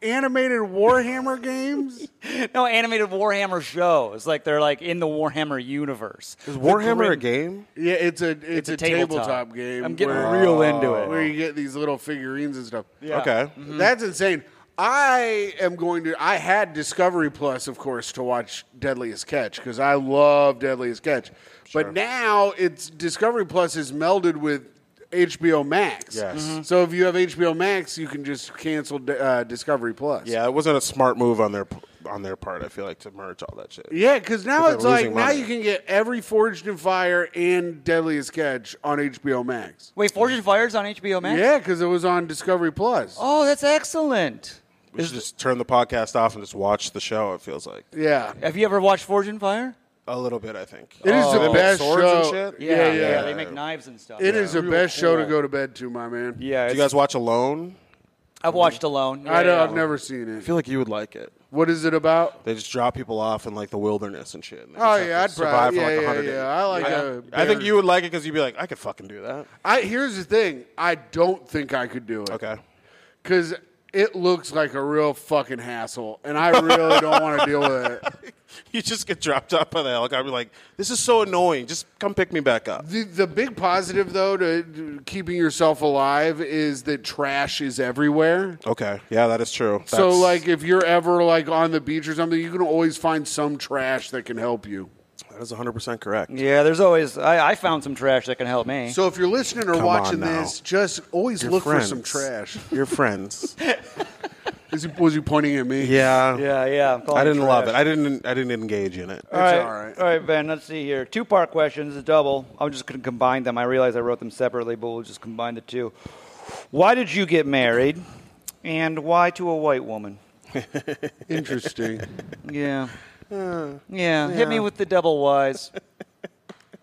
animated Warhammer *laughs* games? No, animated Warhammer shows. Like they're like in the Warhammer universe. Is Warhammer a game? Yeah, it's a it's, a, tabletop, game. I'm getting where, real into Oh. it. where you get these little figurines and stuff. Yeah. Okay. That's insane. I am going to. I had Discovery Plus, of course, to watch Deadliest Catch because I love Deadliest Catch. But now it's Discovery Plus is melded with HBO Max. Yes. Mhm. So if you have HBO Max, you can just cancel uh, Discovery Plus. Yeah, it wasn't a smart move on their on their part. I feel like to merge all that shit. Yeah, because now They're it's like losing now money. you can get every Forged in Fire and Deadliest Catch on HBO Max. Wait, Fortune Fire's on HBO Max. Yeah, because it was on Discovery Plus. Oh, that's excellent. We should just turn the podcast off and just watch the show. It feels like Yeah, Have you ever watched Fortune Fire? a little bit. I think it is Oh. They the make best swords show. and shit? Yeah, yeah. yeah. They make knives and stuff. It yeah. is the best show to go to bed to, my man. Yeah, Do you it's- guys watch Alone? I've watched Alone. I Yeah, don't, yeah. I've never seen it. like you would like it. What is it about? They just drop people off in like the wilderness and shit. and they Oh just have yeah, to I'd survive probably yeah, for like yeah, 100 yeah. days. I like a I think bear. you would like it because you'd be like, I could fucking do that. I here's the thing. I don't think I could do it. *laughs* Okay. Because it looks like a real fucking hassle, and I really don't want to deal with it. *laughs* You just get dropped off by the helicopter. Like, this is so annoying. Just come pick me back up. The, the big positive though to- to keeping yourself alive is that trash is everywhere. Okay. Yeah, that is true. So That's- like if you're ever like on the beach or something, you can always find some trash that can help you. that is 100 percent correct. Yeah, there's always. I, I found some trash that can help me. So if you're listening or Come watching on now. this, just always Your look for friends. some trash. *laughs* Your friends. Is he, was he pointing at me? yeah. yeah, yeah. I'm calling I didn't love trash. it. I didn't. I didn't engage in it. All right. all right. all right, Ben. Let's see here. Two part questions, a double. I'm just going to combine them. I realize I wrote them separately, but we'll just combine the two. Why did you get married, and why to a white woman? *laughs* Interesting. Yeah, yeah. Hit me with the double whys.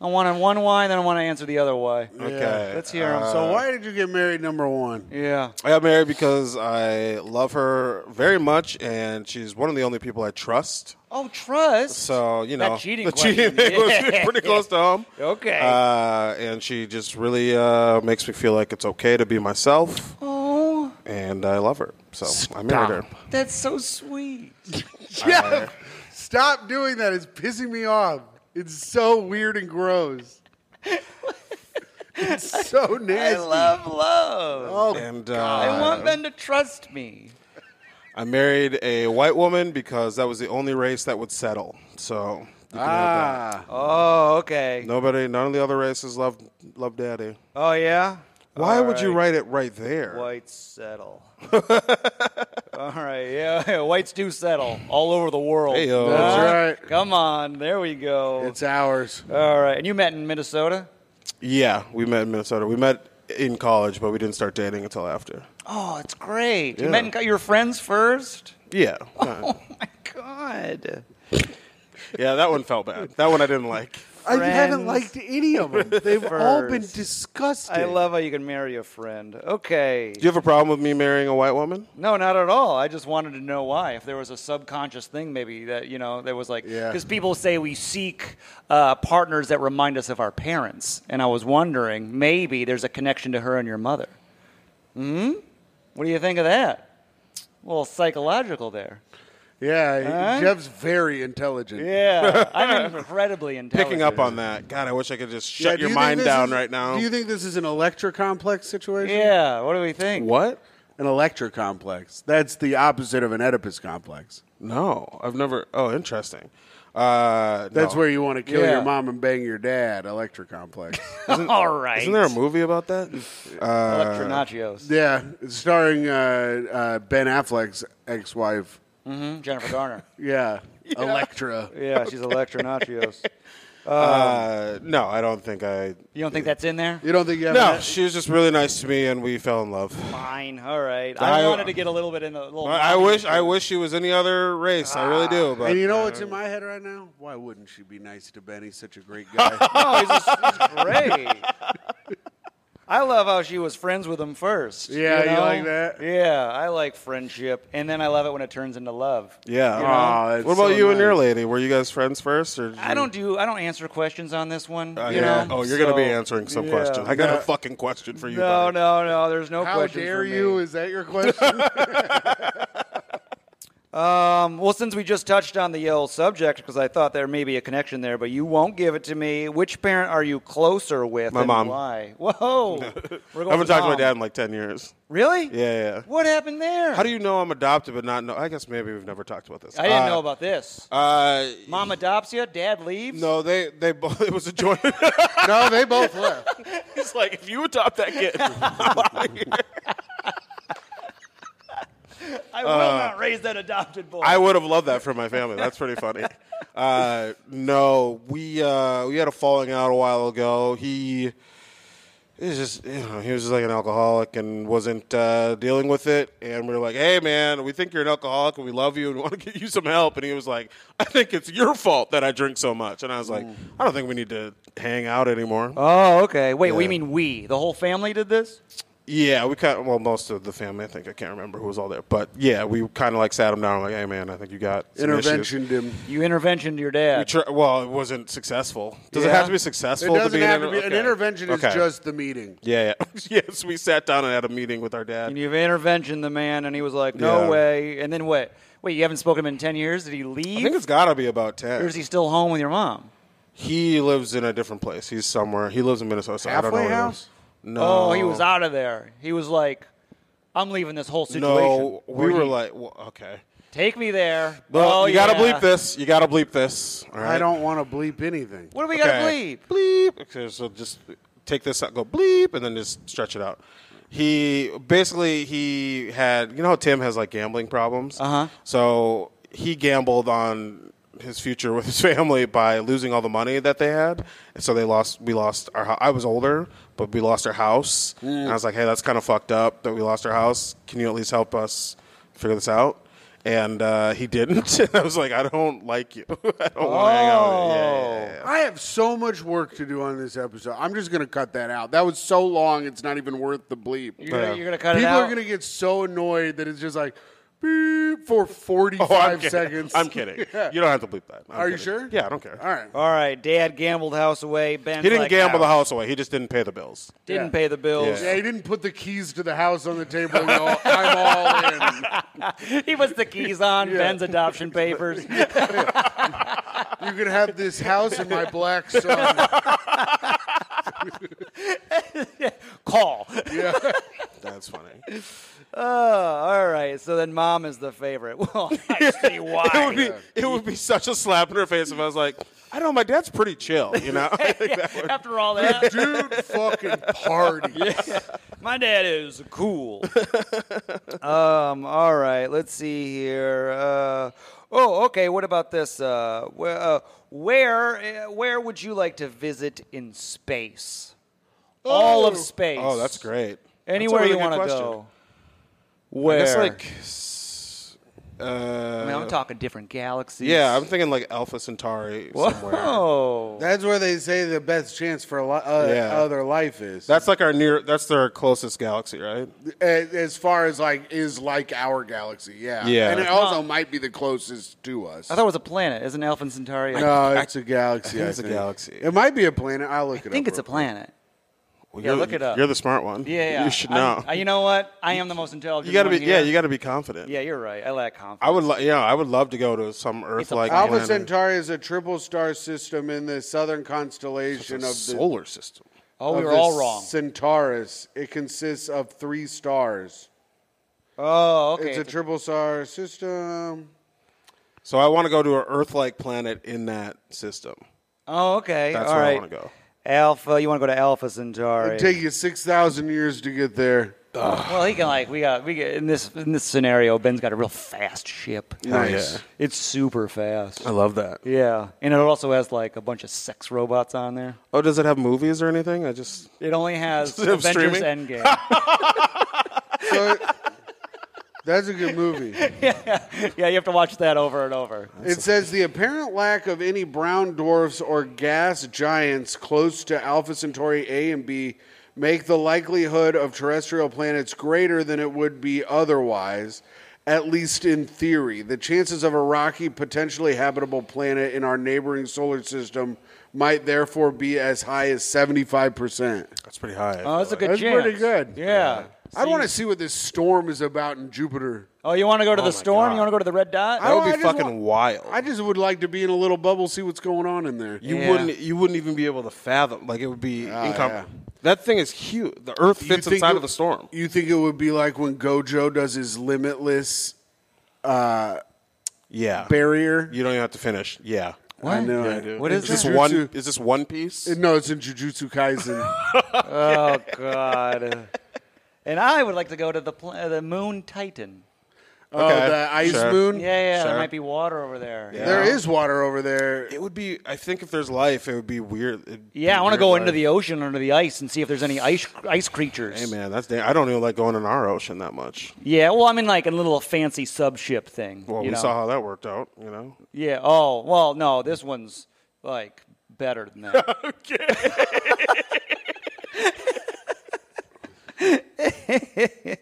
I want one why, then I want to answer the other why. Okay. Let's hear 'em. so why did you get married? Number one. Yeah. I got married because I love her very much, and she's one of the only people I trust. Oh, trust. So you know, That cheating *laughs* the question. cheating thing was Yeah. pretty close to home. *laughs* Okay. uh, and she just really uh, makes me feel like it's okay to be myself, oh, and I love her. So I married her. that's so sweet. Yeah. Stop doing that. It's pissing me off. It's so weird and gross. *laughs* it's so I nasty. love love. Oh, and uh, I want Ben to trust me. I married a white woman because that was the only race that would settle. So you can Uh, have ah. that. Oh, okay. nobody, none of the other races love love daddy. Oh, yeah? Why All would you right. write it right there? Whites *laughs* settle. All right, yeah, yeah, whites do settle all over the world. Heyo. That's Huh? right. Come on, there we go. It's ours. all right, and you met in Minnesota. Yeah, we met in Minnesota. We met in college, but we didn't start dating until after. Oh, it's great. You Yeah. met and got your friends first. *laughs* Yeah, Oh my god. yeah, that one felt bad. That one I didn't like. I haven't liked Friends any of *laughs* them. They've all been first. disgusting. I love how you can marry a friend. Okay. Do you have a problem with me marrying a white woman? No, not at all. I just wanted to know why. If there was a subconscious thing, maybe that you know, there was like Yeah. because people say we seek uh, partners that remind us of our parents, and I was wondering maybe there's a connection to her and your mother. Hmm. What do you think of that? Well, psychological there. Yeah, Huh? Jeff's very intelligent. Yeah, *laughs* I'm incredibly intelligent. *laughs* Picking up on that. God, I wish I could just Yeah, shut do your you think mind this down is- right now. Do you think this is an electrocomplex situation? Yeah. What do we think? what? An an Electra complex. That's the opposite of an Oedipus complex. No, I've never. Oh, interesting. Uh, That's no. where you want to kill Yeah. your mom and bang your dad. Electra complex. *laughs* *laughs* All right. Isn't there a movie about that? Uh, Electronachios. yeah, it's starring uh, uh, Ben Affleck's ex-wife. hmm Jennifer Garner. Yeah, *laughs* Electra. Yeah, *laughs* she's Electronachios. uh, no, I don't think I. You don't think that's in there? You don't think you have No, that? she was just really nice to me, and we fell in love. Fine. All right. I, I- wanted to get a little bit in the little. I, I wish I wish she was any other race. I really do. But And you know what's in my head right now? Why wouldn't she be nice to Ben? He's such a *laughs* great guy. No, Oh, he's, he's great. I love how she was friends with him first. Yeah, you know? like that? Yeah, I like friendship, and then I love it when it turns into love. yeah. Aw, that's what about so you and your nice. lady? Were you guys friends first, or did I you- don't do I don't answer questions on this one. Uh, you yeah. know? Oh, you're gonna be So- answering some Yeah. question. I got No. a fucking question for you. No, buddy. no, no. There's no How question. dare you? Is that *laughs* your question? Um, well, since we just touched on the Yale subject, because I thought there may be a connection there, but you won't give it to me. Which parent are you closer with? My and mom. Why? *laughs* Whoa. We're going I haven't with talked to my mom. dad in like ten years. Really? Yeah, yeah. What happened there? How do you know I'm adopted but not know? I guess maybe we've never talked about this. I didn't Uh, know about this. Uh, Mom adopts you, dad leaves. no, they they both. It was a joint. no, they both left. *laughs* He's like, if you adopt that *laughs* kid, I'm outta here." I will not raise that adopted boy. Uh, I would have loved that for my family. That's pretty funny. Uh, no, we uh, we had a falling out a while ago. He is just you know, he was just like an alcoholic and wasn't uh, dealing with it. And we were like, hey man, we think you're an alcoholic and we love you and *laughs* want to get you some help. And he was like, I think it's your fault that I drink so much. And I was like, I don't think we need to hang out anymore. oh, okay. Wait, we Yeah. mean we. The whole family did this? Yeah, we kind of, well, most of the family, I think. I can't remember who was all there. But yeah, we kind of like sat him down. like, hey, man, I think you got some issues." Interventioned him. You interventioned your dad. We tr- well, it wasn't successful. Does it Yeah. have to be It successful? doesn't be have an, to be. An okay. intervention is Okay. just the meeting. yeah. yeah. *laughs* yes, we sat down and had a meeting with our dad. and you've interventioned the man, and he was like, no Yeah. way. And then what? Wait, you haven't spoken to him in 10 years? Did he leave? I think it's got to be about or ten. is he still home with your mom? He lives in a different place. He's somewhere. He lives in Minnesota. So I don't know. Halfway where he house? lives. No. Oh, he was out of there. He was like, I'm leaving this whole situation. No, Or we were he, like, well, okay. take me there. Well, oh, you gotta yeah. bleep this. You gotta bleep this. All right? I don't want to bleep anything. What do we got to Okay. bleep? Bleep. Okay, so just take this out, go bleep, and then just stretch it out. He basically he had you know how Tim has like gambling problems. Uh-huh. So he gambled on his future with his family by losing all the money that they had. And so they lost. We lost our. hou- I was older, but we lost our house. And I was like, hey, that's kind of fucked up that we lost our house. Can you at least help us figure this out? And uh, he didn't. *laughs* And I was like, I don't like you. *laughs* I don't want to hang out with you. Yeah, yeah, yeah, yeah. I have so much work to do on this episode. I'm just going to cut that out. That was so long, it's not even worth the bleep. You're Yeah. going to cut People it out? are going to get so annoyed that it's just like beep for *laughs* Oh, I'm 45 kidding. seconds. I'm kidding. *laughs* Yeah. You don't have to bleep that. I'm Are you kidding. sure? Yeah, I don't care. Oh, All right. All right, Dad gambled house away. Ben He didn't like, gamble "No, the house away. He just didn't pay the bills. Didn't Yeah. pay the bills. Yeah, he didn't put the keys to the house on the table. And go, I'm all in. *laughs* he puts the keys on Ben's adoption *laughs* papers. You can have this house and my black son. *laughs* Call. Yeah. That's funny. *laughs* it Oh, all right. So then mom is the favorite. *laughs* Well, *laughs* I see why. would be it would be such a slap in her face if I was like, I know my dad's pretty chill, you *laughs* know. I think that would- After all that, Dude fucking party. my dad is *laughs* cool. um. All right. Let's see here. Uh, oh, okay. What about this? Uh, where, uh, where, uh, where would you like to visit in space? All of Oh. space. oh, that's great. That's a Anywhere really you good want to question. go. Where? That's like. s- Uh, I mean, I'm talking different galaxies. yeah, *laughs* I'm thinking like Alpha Centauri somewhere. Whoa. That's where they say the best chance for li- uh, Yeah. other life is. That's like our near. That's their closest galaxy, right? as, as far as like is like our galaxy, yeah. Yeah. And it also might be the closest to us. I thought it was a planet. Isn't Alpha Centauri? I no, it's a *laughs* galaxy. I think it's a galaxy. It might be a planet. I'll look it up. think it's a real planet. Well, Yeah, you're- look it up. You're the smart one. Yeah, yeah. you should I'm- know. uh, you know what? I am the most intelligent. you got to be. one here. Yeah, you got to be confident. Yeah, you're right. I lack confidence. I would, li- yeah, I would love to go to some Earth-like quick. Alpha planet. Centauri is a triple star system in the southern constellation of the solar system. oh, of we were the all wrong. Centaurus. It consists of three stars. Oh, okay. It's a triple star system. So I want to go to an Earth-like planet in that system. oh, okay. That's All where I right. wanna go. Alpha, you want to go to Alpha Centauri? It'd take you six thousand years to get there. well, he can like we got we get in this in this scenario. Ben's got a real fast ship. Nice. It's super fast. Oh, love that. Yeah, and it also has like a bunch of sex robots on there. Oh, does it have movies or anything? I just It only has it have Avengers streaming? Endgame. *laughs* So that's a good movie. yeah, you have to watch that over and over. It says the apparent lack of any brown dwarfs or gas giants close to Alpha Centauri A and B make the likelihood of terrestrial planets greater than it would be otherwise, at least in theory. The chances of a rocky, potentially habitable planet in our neighboring solar system might therefore be as high as 75%. that's pretty high. Oh, that's a good That's chance. pretty good. Yeah. I want to see what this storm is about in Jupiter. Oh, you want to go to the storm? God. You want to go to the red dot? that Oh, would I be just fucking want- wild. I just would like to be in a little bubble, see what's going on in there. you Yeah. wouldn't. You wouldn't even be able to fathom. Like it would be incom- Oh, yeah. That thing is huge. The Earth You fits think inside it- of the storm. You think it would be like when Gojo does his limitless Yeah. barrier? You don't even have to finish. Yeah. I know. Yeah, it. dude. What is is this that? one? Jujutsu. Is this one piece? No, it's in Jujutsu *laughs* Kaisen. Oh God. *laughs* and I would like to go to the pl- the moon Titan. Oh, Okay, the ice sure. moon. Yeah, yeah. Sure. There might be water over there. Yeah, There is water over there. it would be. I think if there's life, it would be weird. it'd be I want to weird go life. into the ocean under the ice and see if there's any ice ice creatures. Hey man, that's. da- I don't even like going in our ocean that much. Yeah, well, I mean like a little fancy sub ship thing. Well, you we know? saw how that worked out. You know. Yeah. Oh, well, no, this one's like better than that. *laughs* okay.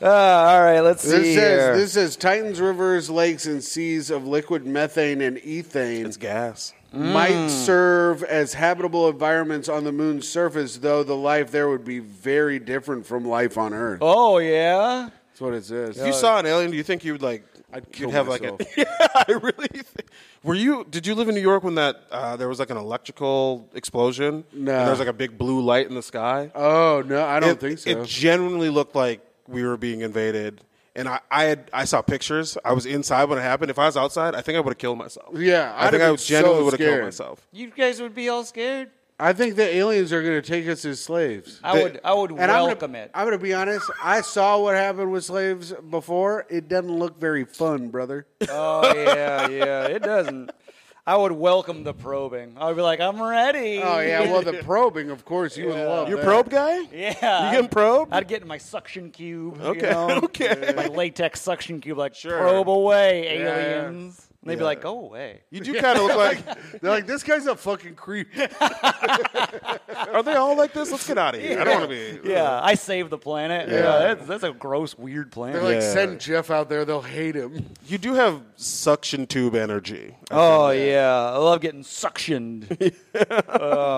Uh, all right, let's see. This here. says, this says Titans, rivers, lakes, and seas of liquid methane and ethane It's gas. might Mm. serve as habitable environments on the moon's surface, though the life there would be very different from life on Earth. oh yeah. That's what it says. If you saw an alien, do you think you would like? Uh, I'd kill you'd have myself. like a. *laughs* Yeah, I really. Think, were you? Did you live in New York when that uh, there was like an electrical explosion? No. And there was like a big blue light in the sky. oh no, I don't it, think so. It genuinely looked like we were being invaded, and I I, had, I saw pictures. I was inside when it happened. If I was outside, I think I would have killed myself. Yeah, I I'd think have I been genuinely so would have killed scared. myself. You guys would be all scared. I think the aliens are going to take us as slaves. I The- would. I would I'm welcome gonna, it. I'm gonna be honest. I saw what happened with slaves before. It doesn't look very fun, *laughs* brother. oh yeah, yeah. It doesn't. I would welcome the probing. I would be like, I'm ready. Oh yeah, well the probing, of course, you would love. You're a that. probe guy. *laughs* Yeah. You getting probed? I'd get in my suction cube. Okay, You know? okay. My latex suction cube, like Sure. probe away, yeah. aliens. And they'd be Yeah. like, go away. You *laughs* do kind of look *laughs* like. They're like, this guy's a fucking creep. Are they all like this? Let's get out of here. I don't want to be. Yeah, I saved the planet. Yeah, that's, that's a gross, weird They're planet. like, Yeah. send Jeff out there. They'll hate him. You do have suction tube energy. oh yeah, I love getting suctioned.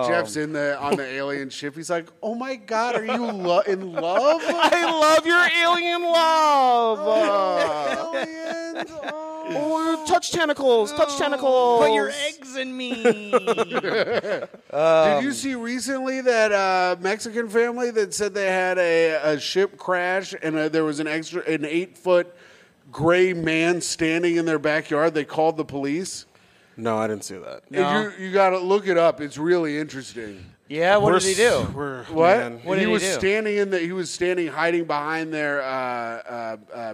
Jeff's in the on the alien ship. He's like, oh my god, are you lo- *laughs* in love? I love your alien love. aliens? Oh. Oh, touch tentacles, touch tentacles. Put your eggs in me. Um, Did you see recently that uh, Mexican family that said they had a, a ship crash and uh there was an extra an eight foot gray man standing in their backyard? They called the police. No, I didn't see that. And you you got to look it up. It's really interesting. yeah, what We're did he s- do? We're, What? man. What he did he was do? standing in the. He was standing hiding behind their uh, uh, uh,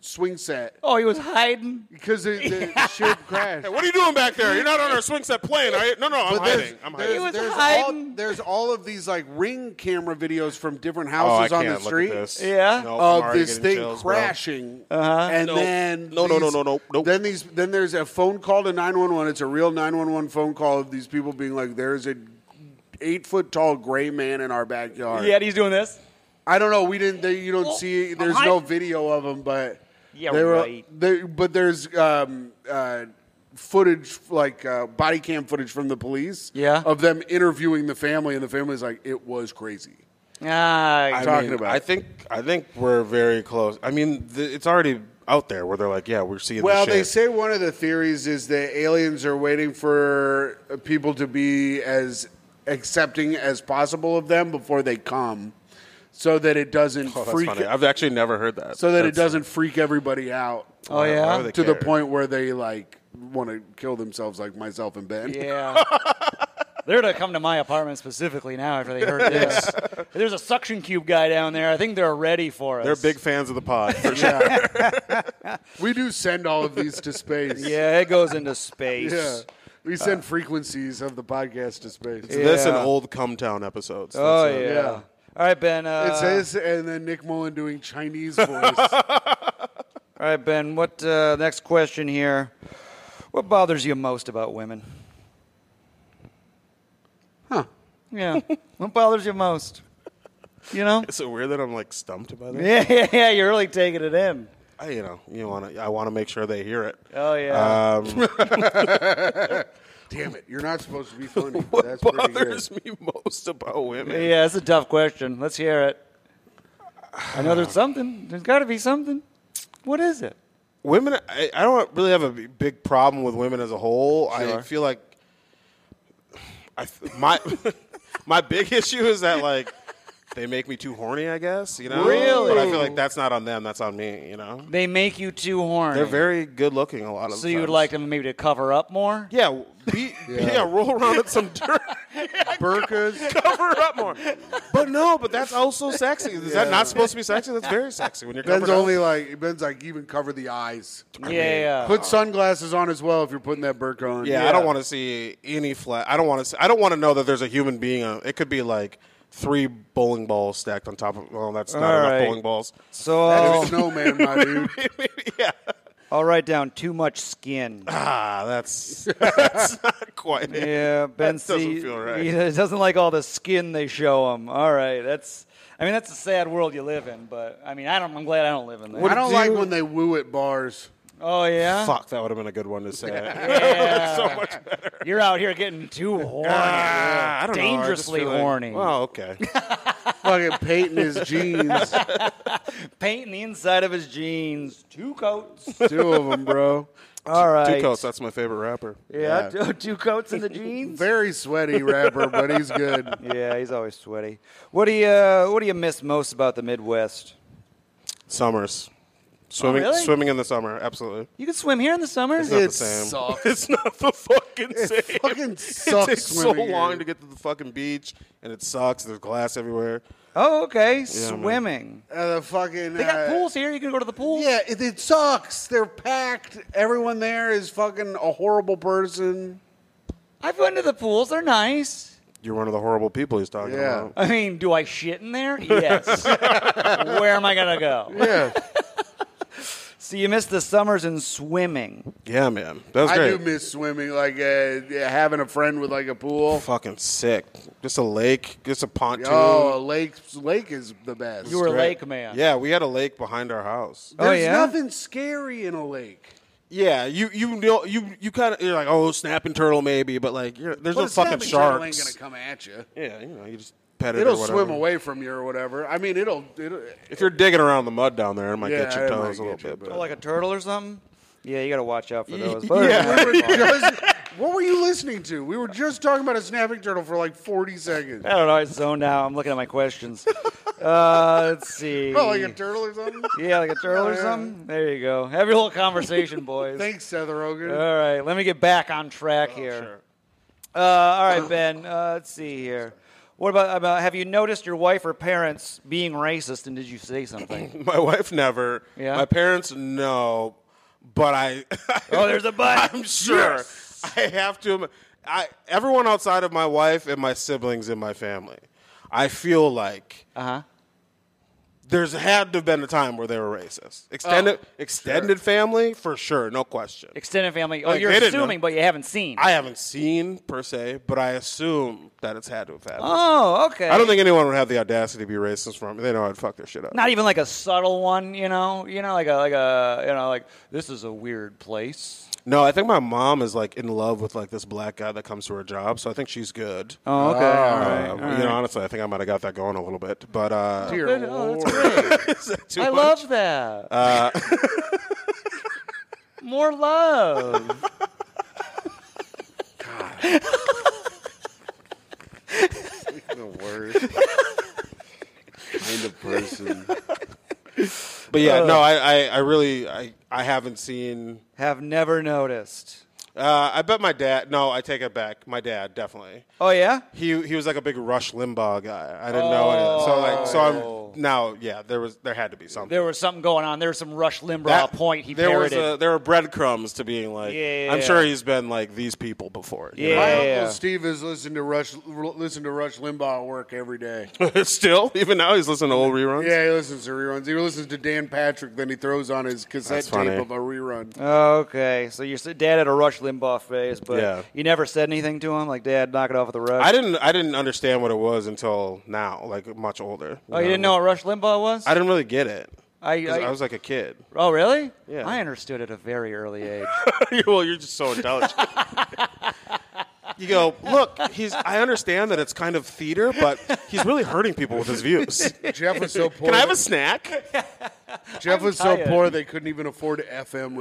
swing set Oh, he was hiding. because the, *laughs* the ship crashed. Hey, what are you doing back there? You're not on our swing set plane, are you? No, no, I'm But hiding. I'm hiding. He was All, hiding. there's all of these like ring camera videos from different oh, I houses can't on the look street. at this. Yeah. No, I'm of already this getting thing chills, bro. crashing, uh-huh. and No. then No, no, no, no, no, no. Then these, then there's a phone call to nine one one. It's a real nine one one phone call of these people being like, "There's a eight foot tall gray man in our backyard." Yeah, and he's doing this. I don't know. We didn't. They, you don't Well, see. There's I- no video of him, but Yeah, they were- right. they- but there's um, uh, footage, like uh, body cam footage from the police. Yeah. of them interviewing the family, and the family's like, "It was crazy." Ah, I- I mean, talking about. I think I think we're very close. I mean, th- it's already out there where they're like, yeah, we're seeing. Well, this they say shit. one of the theories is that aliens are waiting for people to be as accepting as possible of them before they come. so that it doesn't Oh, that's freak funny. I've actually never heard that. so that it That's- doesn't freak everybody out Oh why would yeah, they- to the care. point where they like want to kill themselves like myself and Ben. yeah. *laughs* They're gonna come to my apartment specifically now after they heard this. There's a suction cube guy down there. I think they're ready for us. They're big fans of the *laughs* pod. For sure. Yeah. *laughs* we do send all of these to space. Yeah, it goes into space. Yeah. Uh, We send frequencies of the podcast to space. So This and Yeah. old Cumtown episodes. Oh That's uh, it. yeah. yeah. All right, Ben. Uh, It says, and then Nick Mullen doing Chinese voice. all right, Ben. What uh, next question here? What bothers you most about women? Huh. Yeah. what bothers you most? You know? It's so weird that I'm like stumped by that. Yeah, *laughs* yeah, yeah. You're really taking it in. I, you know, you want to. I want to make sure they hear it. Oh yeah. Um, Damn it. You're not supposed to *laughs* be funny. but what That's pretty good. bothers me most about women? yeah, it's a tough question. Let's hear it. I *sighs* know there's something. There's got to be something. What is it? women I, I don't really have a b- big problem with women as a whole i Sure. feel like I, f- my *laughs* my big issue is that like they make me too horny i guess you know Really? but i feel like that's not on them that's on me you know They make you too horny. they're very good looking a lot of So the you would times. like them maybe to cover up more? *laughs* yeah, w- be, yeah. roll around in some dirt, *laughs* Burkas. cover it up more. But no, but that's also sexy. Is that not supposed to be sexy? That's very sexy when you're Ben's covered up. only like, Ben's like, even cover the eyes. Yeah. yeah. Put sunglasses on as well if you're putting that burka on. Yeah, I don't want to see any flat. I don't want to. See, I don't want to know that there's a human being. On, it could be like three bowling balls stacked on top of. Well, that's not All enough right. bowling balls. so That is I'll, snowman, my *laughs* dude. yeah. *laughs* I'll write down too much *laughs* skin. Ah, that's *laughs* that's not quite it. Yeah, Ben That doesn't C- feel right. He doesn't like all the skin they show him. All right, that's. I mean, that's a sad world you live in. But I mean, I don't. I'm glad I don't live in that. I don't do like you- when they woo at bars. Oh yeah. *laughs* Fuck, that would have been a good one to say. *laughs* Yeah. You're out here getting too horny. Ah, I don't know, I just Dangerously feel like- horny. Well, okay. Fucking painting his jeans. Painting the inside of his jeans. Two coats. Two of them, bro. *laughs* All right. Two coats. That's my favorite rapper. Yeah, Two, two coats in the jeans. Very sweaty rapper, but he's good. yeah, he's always sweaty. What do you uh, What do you miss most about the Midwest? Oh, Summers. Swimming, really? swimming in the summer, absolutely. You can swim here in the summer. It's not It the same. sucks. *laughs* It's not the fucking same. fucking *laughs* it sucks takes so swimming long here. to get to the fucking beach, and it sucks. There's glass everywhere. Oh, okay. man. Swimming. Uh, the fucking. They got uh, pools here. You can go to the pool. Yeah, it, it sucks. They're packed. Everyone there is fucking a horrible person. I've been to the pools. They're nice. You're one of the horrible people he's talking Yeah. about. I mean, do I shit in *laughs* there? Yes. Where am I gonna go? Yeah, So you missed the summers and swimming. Yeah, man. That was I great. do miss swimming. Like uh, yeah, having a friend with like a pool. Fucking sick. Just a lake, just a pontoon. Oh, a lake lake is the best. You were a lake man. Yeah, we had a lake behind our house. Oh, There's yeah? nothing scary in a lake. Yeah, you you know you you kind of you're like oh snapping turtle maybe, but like you're, there's But no a fucking snapping turtle sharks. ain't gonna come at you. Yeah, you know you just pet it. or It'll whatever. swim away from you or whatever. I mean, it'll. *laughs* it'll If you're digging around the mud down there, it might Yeah, get your it might toes a little get you, bit. but- Oh, like a turtle or something. *laughs* Yeah, you gotta watch out for those. uh, we Yeah. were just, what were you listening to? We were just talking about a snapping turtle for like 40 seconds. I don't know. I zoned out. I'm looking at my questions. Uh, let's *laughs* see. Oh, like a turtle or something? *laughs* yeah, like a turtle or Yeah. something. There you go. Have your little *laughs* conversation, boys. Thanks, Seth Rogen. All right, let me get back on track Oh, here. Uh, all *laughs* right, Ben. Uh, let's see here. What about, about have you noticed your wife or parents being racist, and did you say *clears throat* something? *laughs* My wife never. Yeah. My parents no, but I. oh, there's a but. I'm sure. I have to. im- I everyone outside of my wife and my siblings in my family. I feel like Uh huh. there's had to have been a time where they were racist. Extended extended family for sure, no question. Extended family. Oh, Like, you're they didn't know. assuming, but you haven't seen. I haven't seen per se, but I assume that it's had to have happened. oh, okay. I don't think anyone would have the audacity to be racist from me. They know I'd fuck their shit up. Not even like a subtle one, you know. You know, like a like a you know like this is a weird place. No, I think my mom is like in love with like this black guy that comes to her job, so I think she's good. Oh, okay. all right. Uh, you know, honestly, I think I might have got that going a little bit, but uh, Dear Good. Oh, that's Lord. *laughs* great. *laughs* is that too I much? love that. *laughs* More love. *laughs* the worst. kind of person. But yeah, no, I, I, I really, I, I haven't seen. Have never noticed. Uh, I bet my dad. No, I take it back. My dad definitely. Oh yeah. He he was like a big Rush Limbaugh guy. I didn't know it. So like, Oh. so I'm now. Yeah, there was there had to be something. There was something going on. There was some Rush Limbaugh That- point he there was parroted. a, there were breadcrumbs to being like. Yeah. I'm sure he's been like these people before. you My Yeah. uncle Steve has listened to Rush listen to Rush Limbaugh at work every day. know? *laughs* Still, even now, he's listening to old reruns. Yeah, he listens to reruns. He listens to Dan Patrick, then he throws on his cassette That's tape funny. of a rerun. Okay, so your s- dad had a Rush Limbaugh phase, but Yeah. you never said anything to him, like "Dad, knock it off with the rush." I didn't I didn't understand what it was until now, like much older. oh, you didn't know what Rush Limbaugh was? I didn't really get it. I- 'Cause I- I was like *laughs* a kid. *laughs* oh, really? Yeah. I understood at a very early *laughs* age. well, you're just so intelligent. *laughs* you go, look, he's. I understand that it's kind of theater, but he's really hurting people with *laughs* his views. Jeff was so poor. *laughs* Can I have a that- snack? Jeff was so tired. poor they couldn't even afford FM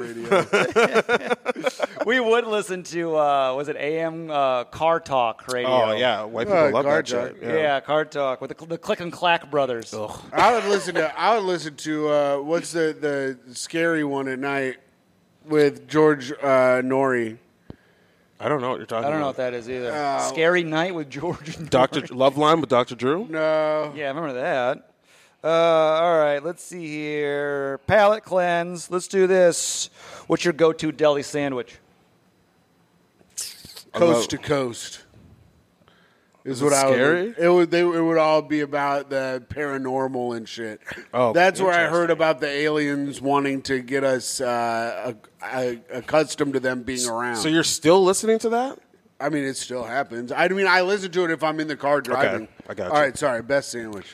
*laughs* radio. we would listen to uh, was it AM uh, Car Talk radio? Oh yeah, white people Uh, love guard that shit. dog. yeah, Car Talk with the, cl- the Click and Clack brothers. I would listen to I would listen to uh, what's the the scary one at night with George uh, Nori. I don't know what you're talking. I don't know about. what that is either. Oh. Scary Night with George. and Doctor Loveline with Doctor Drew. No, *laughs* Yeah, I remember that. Uh, all right, let's see here. Palate cleanse. Let's do this. What's your go-to deli sandwich? coast to coast. Is what I scary? would. It would. They, it would all be about the paranormal and shit. Oh, that's where I heard interesting. about the aliens wanting to get us uh, ac- uh, accustomed to them being around. So you're still listening to that? I mean, it still happens. I mean, I listen to it if I'm in the car driving. I got All you. right, sorry. Best sandwich.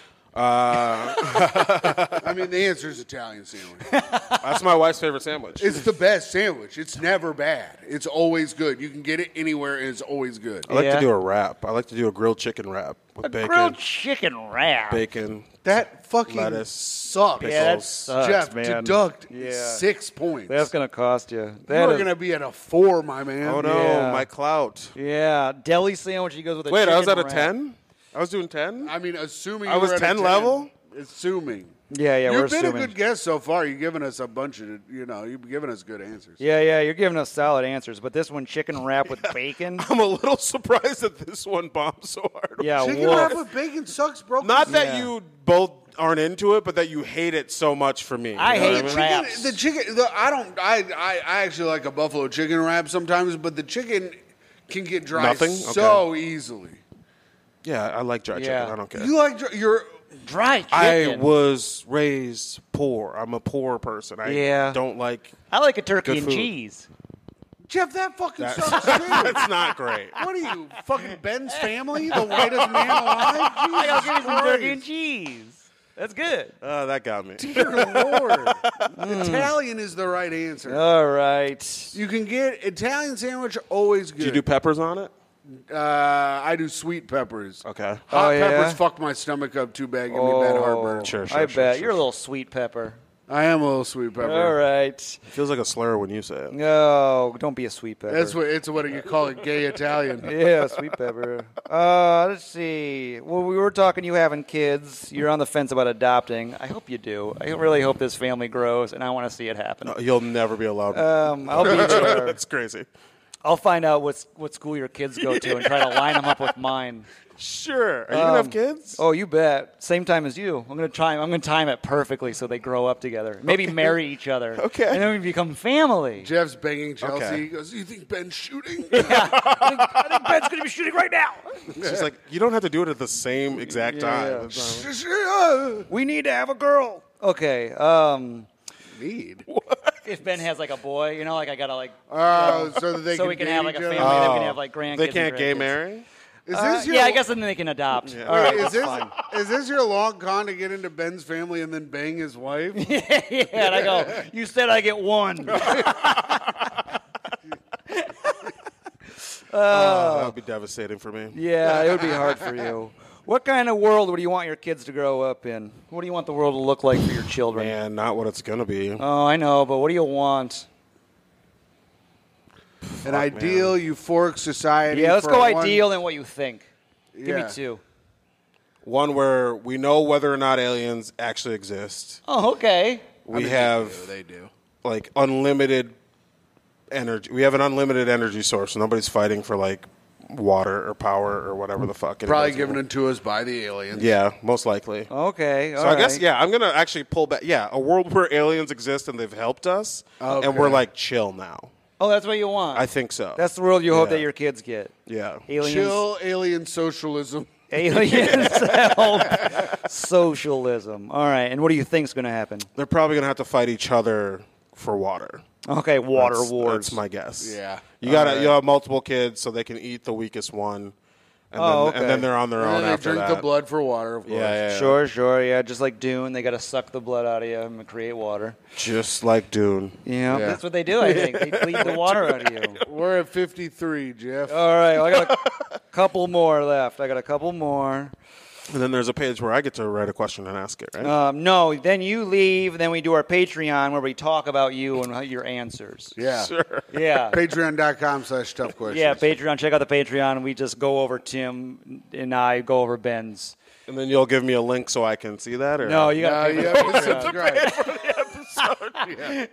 Uh, *laughs* I mean, the answer is Italian sandwich. That's my wife's favorite sandwich. It's the best sandwich. It's never bad. It's always good. You can get it anywhere, and it's always good. I like Yeah. to do a wrap. I like to do a grilled chicken wrap with bacon, Grilled chicken wrap. bacon. That fucking Lettuce, sucks. Yeah, that Pickles. sucks, Jeff man. deduct Yeah. six points. That's gonna cost you. you That are is- going to be at a four, my man. Oh no, Yeah. my clout. yeah, deli sandwich. He goes with a Wait, I was at chicken a wrap. ten. I was doing ten. I mean, assuming I you was were at a 10 level? Assuming. Yeah, yeah, You've we're been assuming. a good guest so far. You've given us a bunch of, you know, you've given us good answers. yeah, yeah, you're giving us solid answers, but this one, chicken *laughs* wrap with bacon. I'm a little *laughs* surprised that this one bombed so hard. Yeah, Chicken woof. wrap with bacon sucks, bro. Not that Yeah. you both aren't into it, but that you hate it so much for me. I You know hate what chicken. mean? chicken, wraps. the chicken. The, I don't. I, I I actually like a buffalo chicken wrap sometimes, but the chicken can get dry Nothing? so easily. Yeah, I like dry Yeah. chicken. I don't care. You like dr- your Dry chicken. I was raised poor. I'm a poor person. I Yeah. don't like. I like a turkey Good and food. cheese. Jeff. That fucking That- sucks *laughs* too. That's not great. What are you, fucking Ben's family, the whitest man alive? *laughs* I gotta give you Jesus some turkey and Christ. cheese. That's good. Uh, that got me. Dear Lord, Mm. Italian is the right answer. All right. You can get Italian sandwich always Do good. you do peppers on it? uh, I do sweet peppers. Okay. Hot Oh, yeah? Oh. peppers fuck my stomach up too bad, give me bad heartburn. Sure, sure, I sure, bet sure, you're a little sweet pepper. I am a little sweet pepper. All right. It feels like a slur when you say it. No, don't be a sweet pepper. That's what it's what you call it, gay Italian. *laughs* yeah, sweet pepper. Uh, let's see. Well, we were talking you having kids. You're on the fence about adopting. I hope you do. I really hope this family grows, and I want to see it happen. No, Uh, You'll never be allowed. Uh, Um, I'll be there. *laughs* That's crazy. I'll find out what's, what school your kids go to and try to line them up with mine. Sure. Are you Um, gonna have kids? Oh, you bet. Same time as you. I'm gonna time. I'm gonna time it perfectly so they grow up together. Maybe marry each *laughs* other. Okay. And then we become family. Jeff's banging Chelsea. Okay. He goes, "You think Ben's shooting?" *laughs* *laughs* I think Ben's gonna be shooting right now. It's just like you don't have to do it at the same exact time. We need to have a girl. Okay. Um, Need. if Ben has like a boy, you know, like I gotta like. Oh, so that they so can we can date have like a each family, other? then we can have like grandkids. They and can't gay grandkids. marry. Is Uh, this your, yeah, I guess, and then they can adopt. All right, *laughs* Is that's this fine. is this your long con to get into Ben's family and then bang his wife? yeah, and I go. You said I get one. Uh, Oh, that would be devastating for me. *laughs* Yeah, it would be hard for you. What kind of world would you want your kids to grow up in? What do you want the world to look like for your children? Man, not what it's gonna be. Uh, Oh, I know, but what do you want? An ideal euphoric society. Yeah, let's for go one- ideal and what you think. Give me Yeah. two. one where we know whether or not aliens actually exist. Oh, okay. We They have do, they do. like unlimited energy. We have an unlimited energy source. Nobody's fighting for like water or power or whatever the fuck. it Probably is. given it to us by the aliens. Yeah, most likely. Okay. So I guess yeah, I'm gonna actually pull back. Yeah, a world where aliens exist and they've helped us, and we're Okay. like chill now. Oh, that's what you want. I think so. that's the world you hope Yeah. that your kids get. yeah. Aliens. Chill alien socialism. *laughs* Aliens help *laughs* socialism. All right. And what do you think's going to happen? They're probably gonna have to fight each other for water. Okay, water that's, wars. That's my guess. Yeah. You gotta you have multiple kids so they can eat the weakest one, and, Oh, then, okay. and then they're on their own And they after drink that. the blood for water, of course. Yeah, yeah, yeah. Sure, sure. Yeah, just like Dune, they got to suck the blood out of you and create water. Just like Dune. Yeah, Yeah. that's what they do. I think they bleed the water out of you. We're at 53, Jeff. *laughs* All right, well, I got a couple more left. I got a couple more. And then there's a page where I get to write a question and ask it, right? Um, no, then you leave. Then we do our Patreon where we talk about you and how- your answers. yeah. Sure. Yeah. Patreon.com slash tough questions. Yeah, Patreon. Check out the Patreon. We just go over Tim and I go over Ben's. And then you'll give me a link so I can see that, or No, you Uh, got to you pay have for to the Patreon. *laughs* subscribe. *laughs*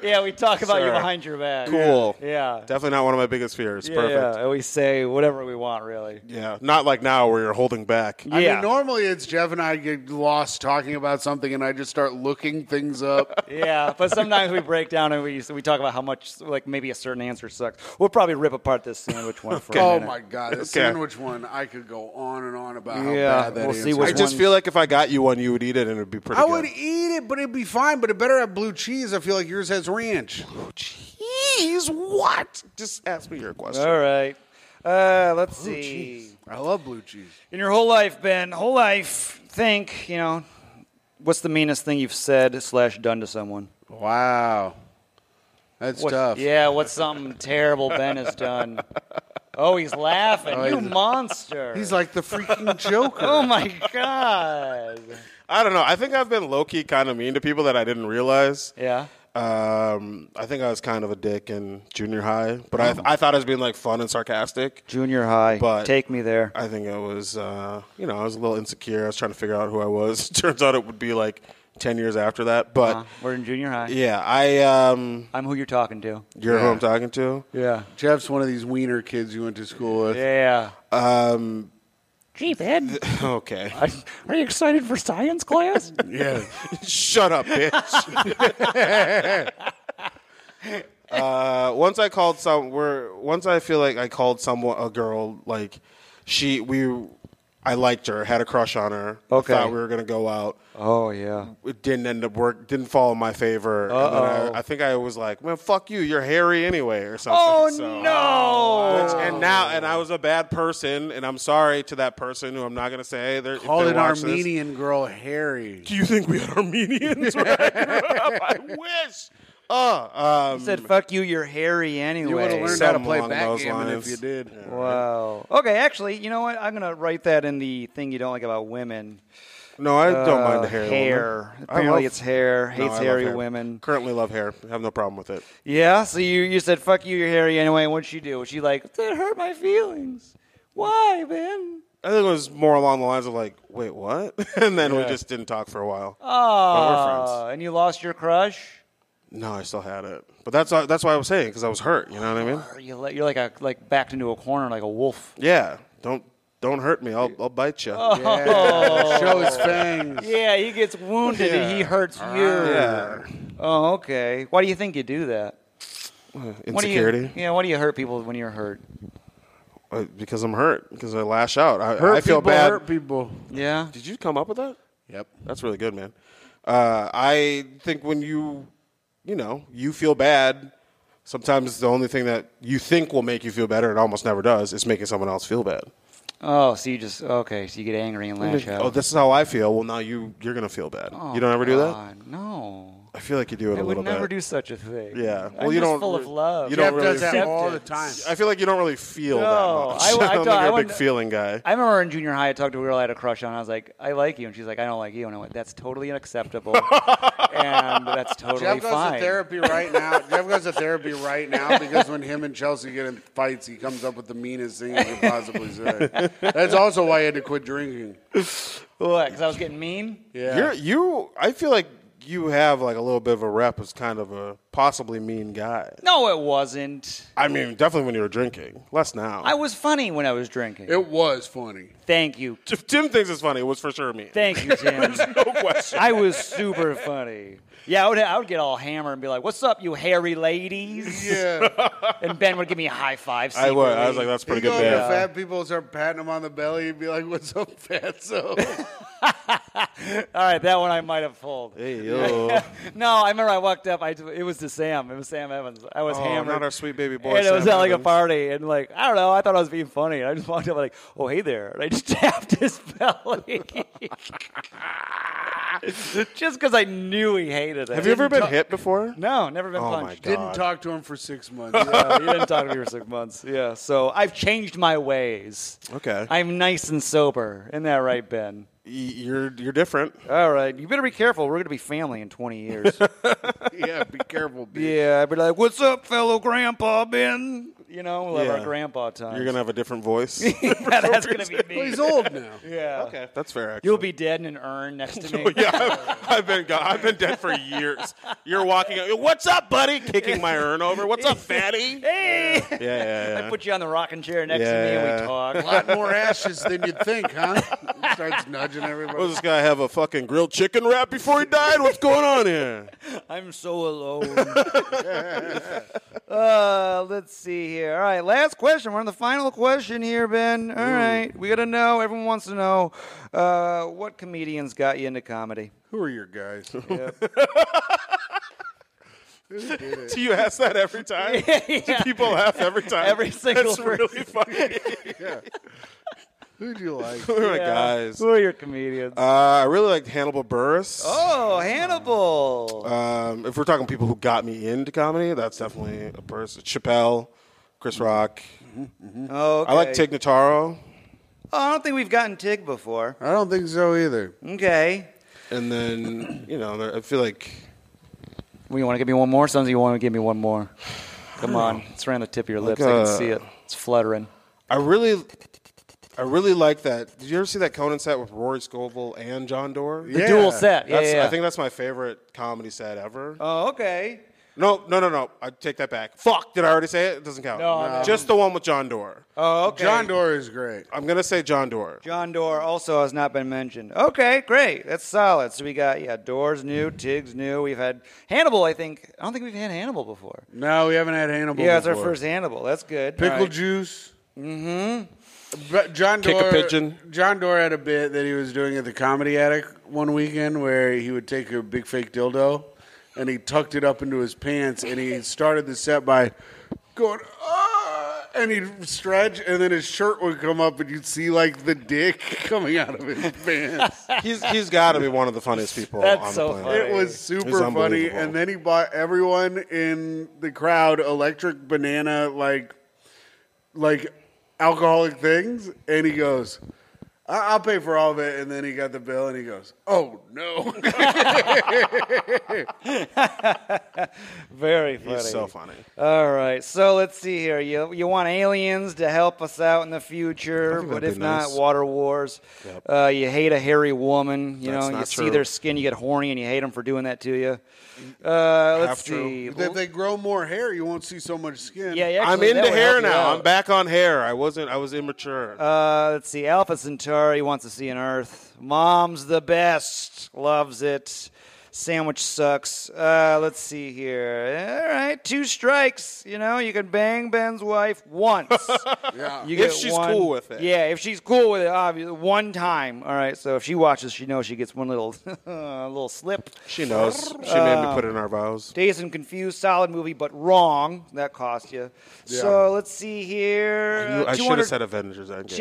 Yeah, we talk about you Sure. behind your back. cool. Yeah. Definitely not one of my biggest fears. Yeah, Perfect. yeah. We say whatever we want, really. Yeah, not like now where you're holding back. I yeah. mean, normally it's Jeff and I get lost talking about something, and I just start looking things up. *laughs* yeah, but sometimes we break down and we so we talk about how much like maybe a certain answer sucks. We'll probably rip apart this sandwich *laughs* one for a oh minute. my god, the sandwich one! I could go on and on about how Yeah, bad that we'll see answer which I is. just ones- feel like if I got you one, you would eat it and it'd be pretty I good. would eat it, but it'd be fine. But it better have blue cheese. I feel like yours has ranch. Jeez, what? Just ask me your question. All right. Uh, let's see. I love blue cheese. In your whole life, Ben, whole life, think, you know, what's the meanest thing you've said slash done to someone? Wow, that's What- tough. Yeah, what's something terrible Ben has done? Oh, he's laughing. you he's- monster. He's like the *laughs* freaking Joker. oh my God. I don't know. I think I've been low key kind of mean to people that I didn't realize. Yeah. Um, I think I was kind of a dick in junior high, but I, I thought I was being like fun and sarcastic. Junior high. But- Take me there. I think I was, uh, you know, I was a little insecure. I was trying to figure out who I was. *laughs* Turns out it would be like ten years after that. But Uh, we're in junior high. yeah, I um, I'm who you're talking to. you're who I'm talking to. Yeah. Jeff's one of these wiener kids you went to school with. Yeah. Um, Gee, Ben, *laughs* okay, are are you excited for science class? *laughs* Yeah. shut up, bitch. *laughs* uh, once I called some, we're once I feel like I called someone a girl like she we. I liked her, had a crush on her. Okay. Thought we were gonna go out. oh, yeah. it didn't end up work. Didn't fall in my favor. And Uh-oh. then I, I think I was like, "Man, fuck you. You're hairy anyway," or something. Oh, So- no. Which- and now, and I was a bad person, and I'm sorry to that person who I'm not gonna say. Hey, they're if Call they an watch this- Armenian girl Harry. Do you think we had Armenians? when I grew up? I wish. Uh, um, He said, fuck you, you're hairy anyway. You would have learned how Something to play along those backgammon if lines. you did. Wow. Okay, actually, you know what? I'm going to write that in the thing you don't like about women. no, I don't mind Uh, the hair. hair. woman. I Apparently love- it's hair. No, I Hates love hairy hair. women. Currently love hair. I have no problem with it. Yeah, so you, you said, fuck you, you're hairy anyway. And what'd she do? Was she like, that hurt my feelings? Why, Ben? I think it was more along the lines of like, wait, what? *laughs* and then we just didn't talk for a while. Oh, friends. and you lost your crush? No, I still had it, but that's that's why I was saying because I was hurt. You know what I mean? Or you let, you're like a, like backed into a corner like a wolf. Yeah. Don't don't hurt me. I'll I'll bite you. *laughs* Yeah. Show his fangs. Yeah, he gets wounded and he hurts you. Yeah. Oh, okay. Why do you think you do that? What do you- Insecurity. yeah, why do you hurt people when you're hurt? Uh, Because I'm hurt. Because I lash out. I, Hurt I feel people bad. hurt people. Yeah. Did you come up with that? Yep. That's really good, man. Uh, I think when you you know you feel bad. Sometimes the only thing that you think will make you feel better, it almost never does, is making someone else feel bad. Oh, so you just okay? So you get angry and lash out. Oh, this is how I feel. Well, now you you're gonna feel bad. you don't ever do that. God, No. I feel like you do it Oh, I a would little never bit. do such a thing. Yeah. I'm Well, you just don't full of re- love. you Jeff don't really does that accept all it. the time. I feel like you don't really feel No, that much. I- I, *laughs* I thought- don't think you're I a big wouldn't- feeling guy. I remember in junior high, I talked to a girl I had a crush on. I was like, I like you. And she's like, I don't like you. And I went, that's totally *laughs* unacceptable. and that's totally Jeff goes fine. to therapy right now. Jeff goes to therapy right now because when him and Chelsea get in fights, he comes up with the meanest thing he could possibly say. That's also why he had to quit drinking. What? Because I was getting mean? Yeah. You're you. I feel like you have like a little bit of a rep as kind of a possibly mean guy. No, it wasn't. I mean, definitely when you were drinking. Less now. I was funny when I was drinking. it was funny. Thank you. if Tim thinks it's funny, it was for sure me. *laughs* Thank you, Tim. no question. I was super funny. Yeah, I would, I would get all hammered and be like, what's up, you hairy ladies? Yeah. And Ben would give me a high five. I was. I was secretly. like, that's pretty Pretty good go up to band. fat people and start patting them on the belly and be like, What's up, fatso? All right, that one I might have pulled. *laughs* Hey yo. No, I remember I walked up. I, it was to Sam. It was Sam Evans. I was Oh, hammered. not our sweet baby boy, And it was Sam at like a Evans. party, and like I don't know. I thought I was being funny, and I just walked up like, "Oh, hey there!" And I just *laughs* tapped his belly, *laughs* just because I knew he hated it. have you ever been hit before? No, never been Oh my punched. God. Didn't talk to him for six months. *laughs* Uh, you didn't talk to me for six months. Yeah, so I've changed my ways. Okay. I'm nice and sober. Isn't that right, Ben? Y- You're you're different. All right, you better be careful. We're gonna be family in 20 *laughs* years. yeah, be careful, bitch. Yeah, I'd be like, "What's up, fellow Grandpa Ben?" You know, we'll have Yeah. our grandpa time. You're *laughs* gonna have a different voice. yeah, that's *laughs* gonna be Well, me. he's old now. Yeah. okay, *laughs* that's fair. Actually. You'll be dead in an urn next *laughs* to me. yeah, I've, I've been gone. I've been dead for years. You're walking. up, What's up, buddy? Kicking my urn over. What's up, *laughs* fatty? Hey! Yeah, yeah, yeah. I put you on the rocking chair next to me and Yeah. we talk. A lot more ashes than you'd think, huh? Starts nudging everybody. What, does this guy have a fucking grilled chicken wrap before he died? What's going on here? I'm so alone. *laughs* uh, let's see here. All right, last question. We're on the final question here, Ben. All right, we got to know. Everyone wants to know uh, what comedians got you into *laughs* comedy. Who are your guys? Do you ask that every *laughs* time? Do people laugh every time? Every single That's really funny. *laughs* Who'd you like? Who are my guys? Who Uh, are your comedians? I really liked Hannibal Burris. oh, Hannibal. Um, if we're talking people who got me into comedy, that's definitely a person. Chappelle, Chris Rock. Okay. I like Tig Notaro. Oh, I don't think we've gotten Tig before. I don't think so either. Okay. And then, you know, there- I feel like Well, you want to give me one more, Sons? You want to give me one more? Come *sighs* on. It's around the tip of your lips. I uh, can see it. It's fluttering. I really, I really like that. Did you ever see that Conan set with Rory Scovel and John Doerr? Yeah. Dual set. Yeah, That's, yeah, yeah. I think that's my favorite comedy set ever. oh, okay. Uh, no, no, no, no. I take that back. Fuck, did I already say it? It doesn't count. No, No. Just the one with John Doerr. Oh, okay. John Doerr is great. I'm gonna say *laughs* John Doerr. John Doerr also has not been mentioned. Okay, great. That's solid. So we got, yeah, Doerr's new, Tig's new. We've had Hannibal, I think. I don't think we've had Hannibal before. No, we haven't had Hannibal. Yeah, it's our before. first Hannibal. That's good. pickle All right. juice. Mm-hmm. But John Kick a Doerr, pigeon. John Doerr had a bit that he was doing at the Comedy Attic one weekend where he would take a big fake dildo and he tucked it up into his pants and he started the set by going. "Ah," And he'd stretch, and then his shirt would come up, and you'd see like the dick *laughs* coming out of his pants. he's he's got to be one of the funniest people That's on so the planet. funny. It was It was super funny. unbelievable. And then he bought everyone in the crowd electric banana like like alcoholic things, and he goes. "I- I'll pay for all of it, and then he got the bill, and he goes, "Oh no!" *laughs* Very funny. He's so funny. All right, so let's see here. You you want aliens to help us out in the future, think but that'd if be not, nice. water wars. Yep. Uh, you hate a hairy woman. You That's know, you not see true. their skin, you get horny, and you hate them for doing that to you. Uh, let's Half see. true. if they grow more hair, you won't see so much skin. Yeah, yeah. I'm actually, that into would hair help you now. out. I'm back on hair. I wasn't. I was immature. Uh, let's see. Alpha Centauri wants to see an Earth. Mom's the best. Loves it. Sandwich sucks. Uh, let's see here. All right, two strikes. You know, you can bang Ben's wife *laughs* once. Yeah. You If get she's one- cool with it. Yeah, if she's cool with it, obviously one time. All right, so if she watches, she knows she gets one little *laughs* little slip. she knows. She made me put in our vows. Dazed and confused, solid movie, but wrong. That cost you. So let's see here. Uh, You- I should 200 have said Avengers Endgame.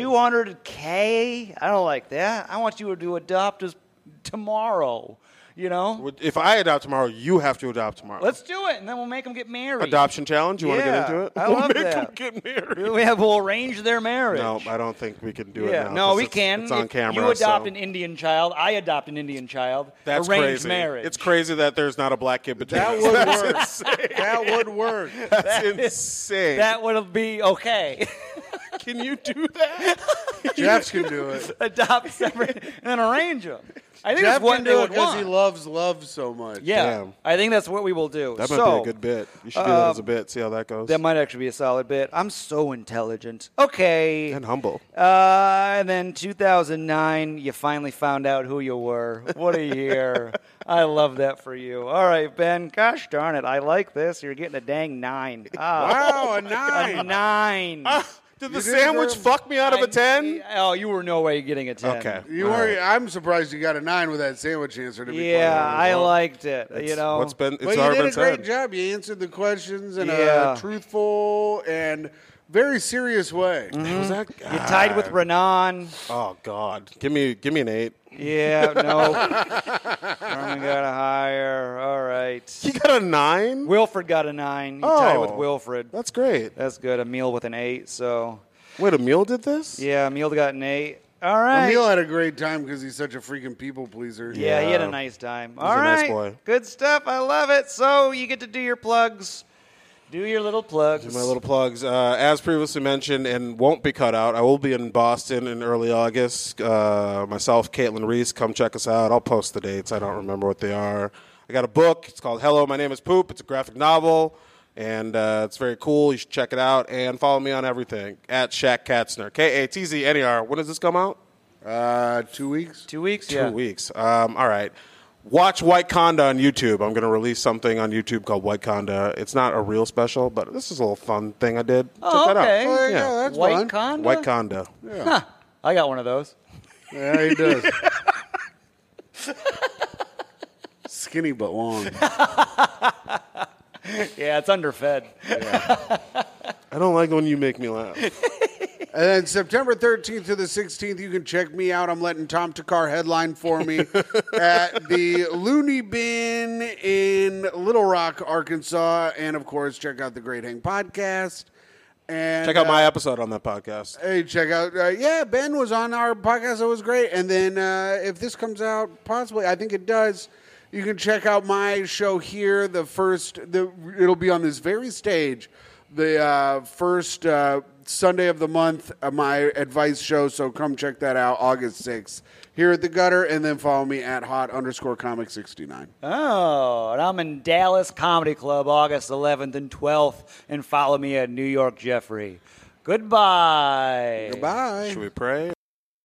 200K? I don't like that. I want you to adopt us tomorrow. You know, Would- If I adopt tomorrow, you have to adopt tomorrow. let's do it, and then we'll make them get married. Adoption challenge. You want to Yeah, get into it? I we'll love *laughs* make that. 'em get married. *laughs* We have, we'll arrange their marriage. No, I don't think we can do it. Yeah, now, no, 'cause we it's- can. It's on If camera. You adopt so- an Indian child. I adopt an Indian child. That's Arrange crazy. marriage. It's crazy that there's not a black kid between That us. would That's work. insane. That would *laughs* work. That's insane. That would be okay. *laughs* can you do that? Jeffs can do it. adopt separate and then arrange them. I think Jeff that's what can they do it would because want. he loves love so much. yeah, Damn. I think that's what we will do. That might so, be a good bit. You should do that as a bit. See how that goes. That might actually be a solid bit. I'm so intelligent. Okay. and humble. Uh, and then 2009, you finally found out who you were. What a year. I love that for you. All right, Ben. Gosh darn it. I like this. You're getting a dang nine. Ah, Wow, a a nine. nine. *laughs* Did the didn't sandwich ever- fuck me Ah, out of a ten? Oh, you were no way getting a 10. Okay. You All were. right. I'm surprised you got a nine with that sandwich answer. To be quite Yeah, I honest. liked it. you know, What's been? It's But you already did been a great said. job. You answered the questions in Yeah. a truthful and very serious way. Mm-hmm. Was that- you tied Ah. with Renan. Oh God, give me give me an eight. *laughs* Yeah, no. Herman got a higher. All *laughs* right. He got a nine. Wilfred got a nine. You tied with Oh. Wilfred. That's great. That's good. Emil with an eight. So Wait, Emil did this? yeah, Emil got an eight. All right. Emil had a great time because he's such a freaking people pleaser. yeah, he had a Yeah. nice time. All a right. nice boy. Good stuff. I love it. So you get to do your plugs. Do your little plugs. My little plugs. Uh, as previously mentioned, and won't be cut out. I will be in Boston in early August. Uh, myself, Caitlin Reese, come check us out. I'll post the dates. I don't remember what they are. I got a book. It's called Hello, My Name Is Poop. It's a graphic novel, and uh, it's very cool. You should check it out and follow me on everything at Shaq Katzner. K A T Z N E R. When does this come out? Uh, two weeks. two weeks. two yeah. weeks. Um, all right. Watch White Conda on YouTube. I'm going to release something on YouTube called White Conda. It's not a real special, but this is a little fun thing I did. Oh, Check that okay. out. Oh, yeah, Yeah. that's White fun. Conda. White Conda. Huh. I got one of those. Yeah, he *laughs* does. Skinny but *laughs* long. Yeah, it's underfed. I don't like when you make *laughs* me laugh. And then September 13th to the 16th, you can check me out. I'm letting Tom Takar headline for *laughs* me at the Looney Bin in Little Rock, Arkansas. And of course, check out the Great Hang podcast. And Check out my uh, episode on that podcast. Hey, check out. Uh, yeah, Ben was on our podcast. That was great. And then uh, if this comes out, possibly, I think it does. You can check out my show here. The first, the it'll be on this very stage, the uh, first uh, Sunday of the month. Uh, my advice show. So come check that out, August sixth, here at the Gutter, and then follow me at hot underscore comic sixty nine. Oh, and I'm in Dallas Comedy Club August 11th and 12th, and follow me at New York Jeffrey. Goodbye. Bye. Should we pray?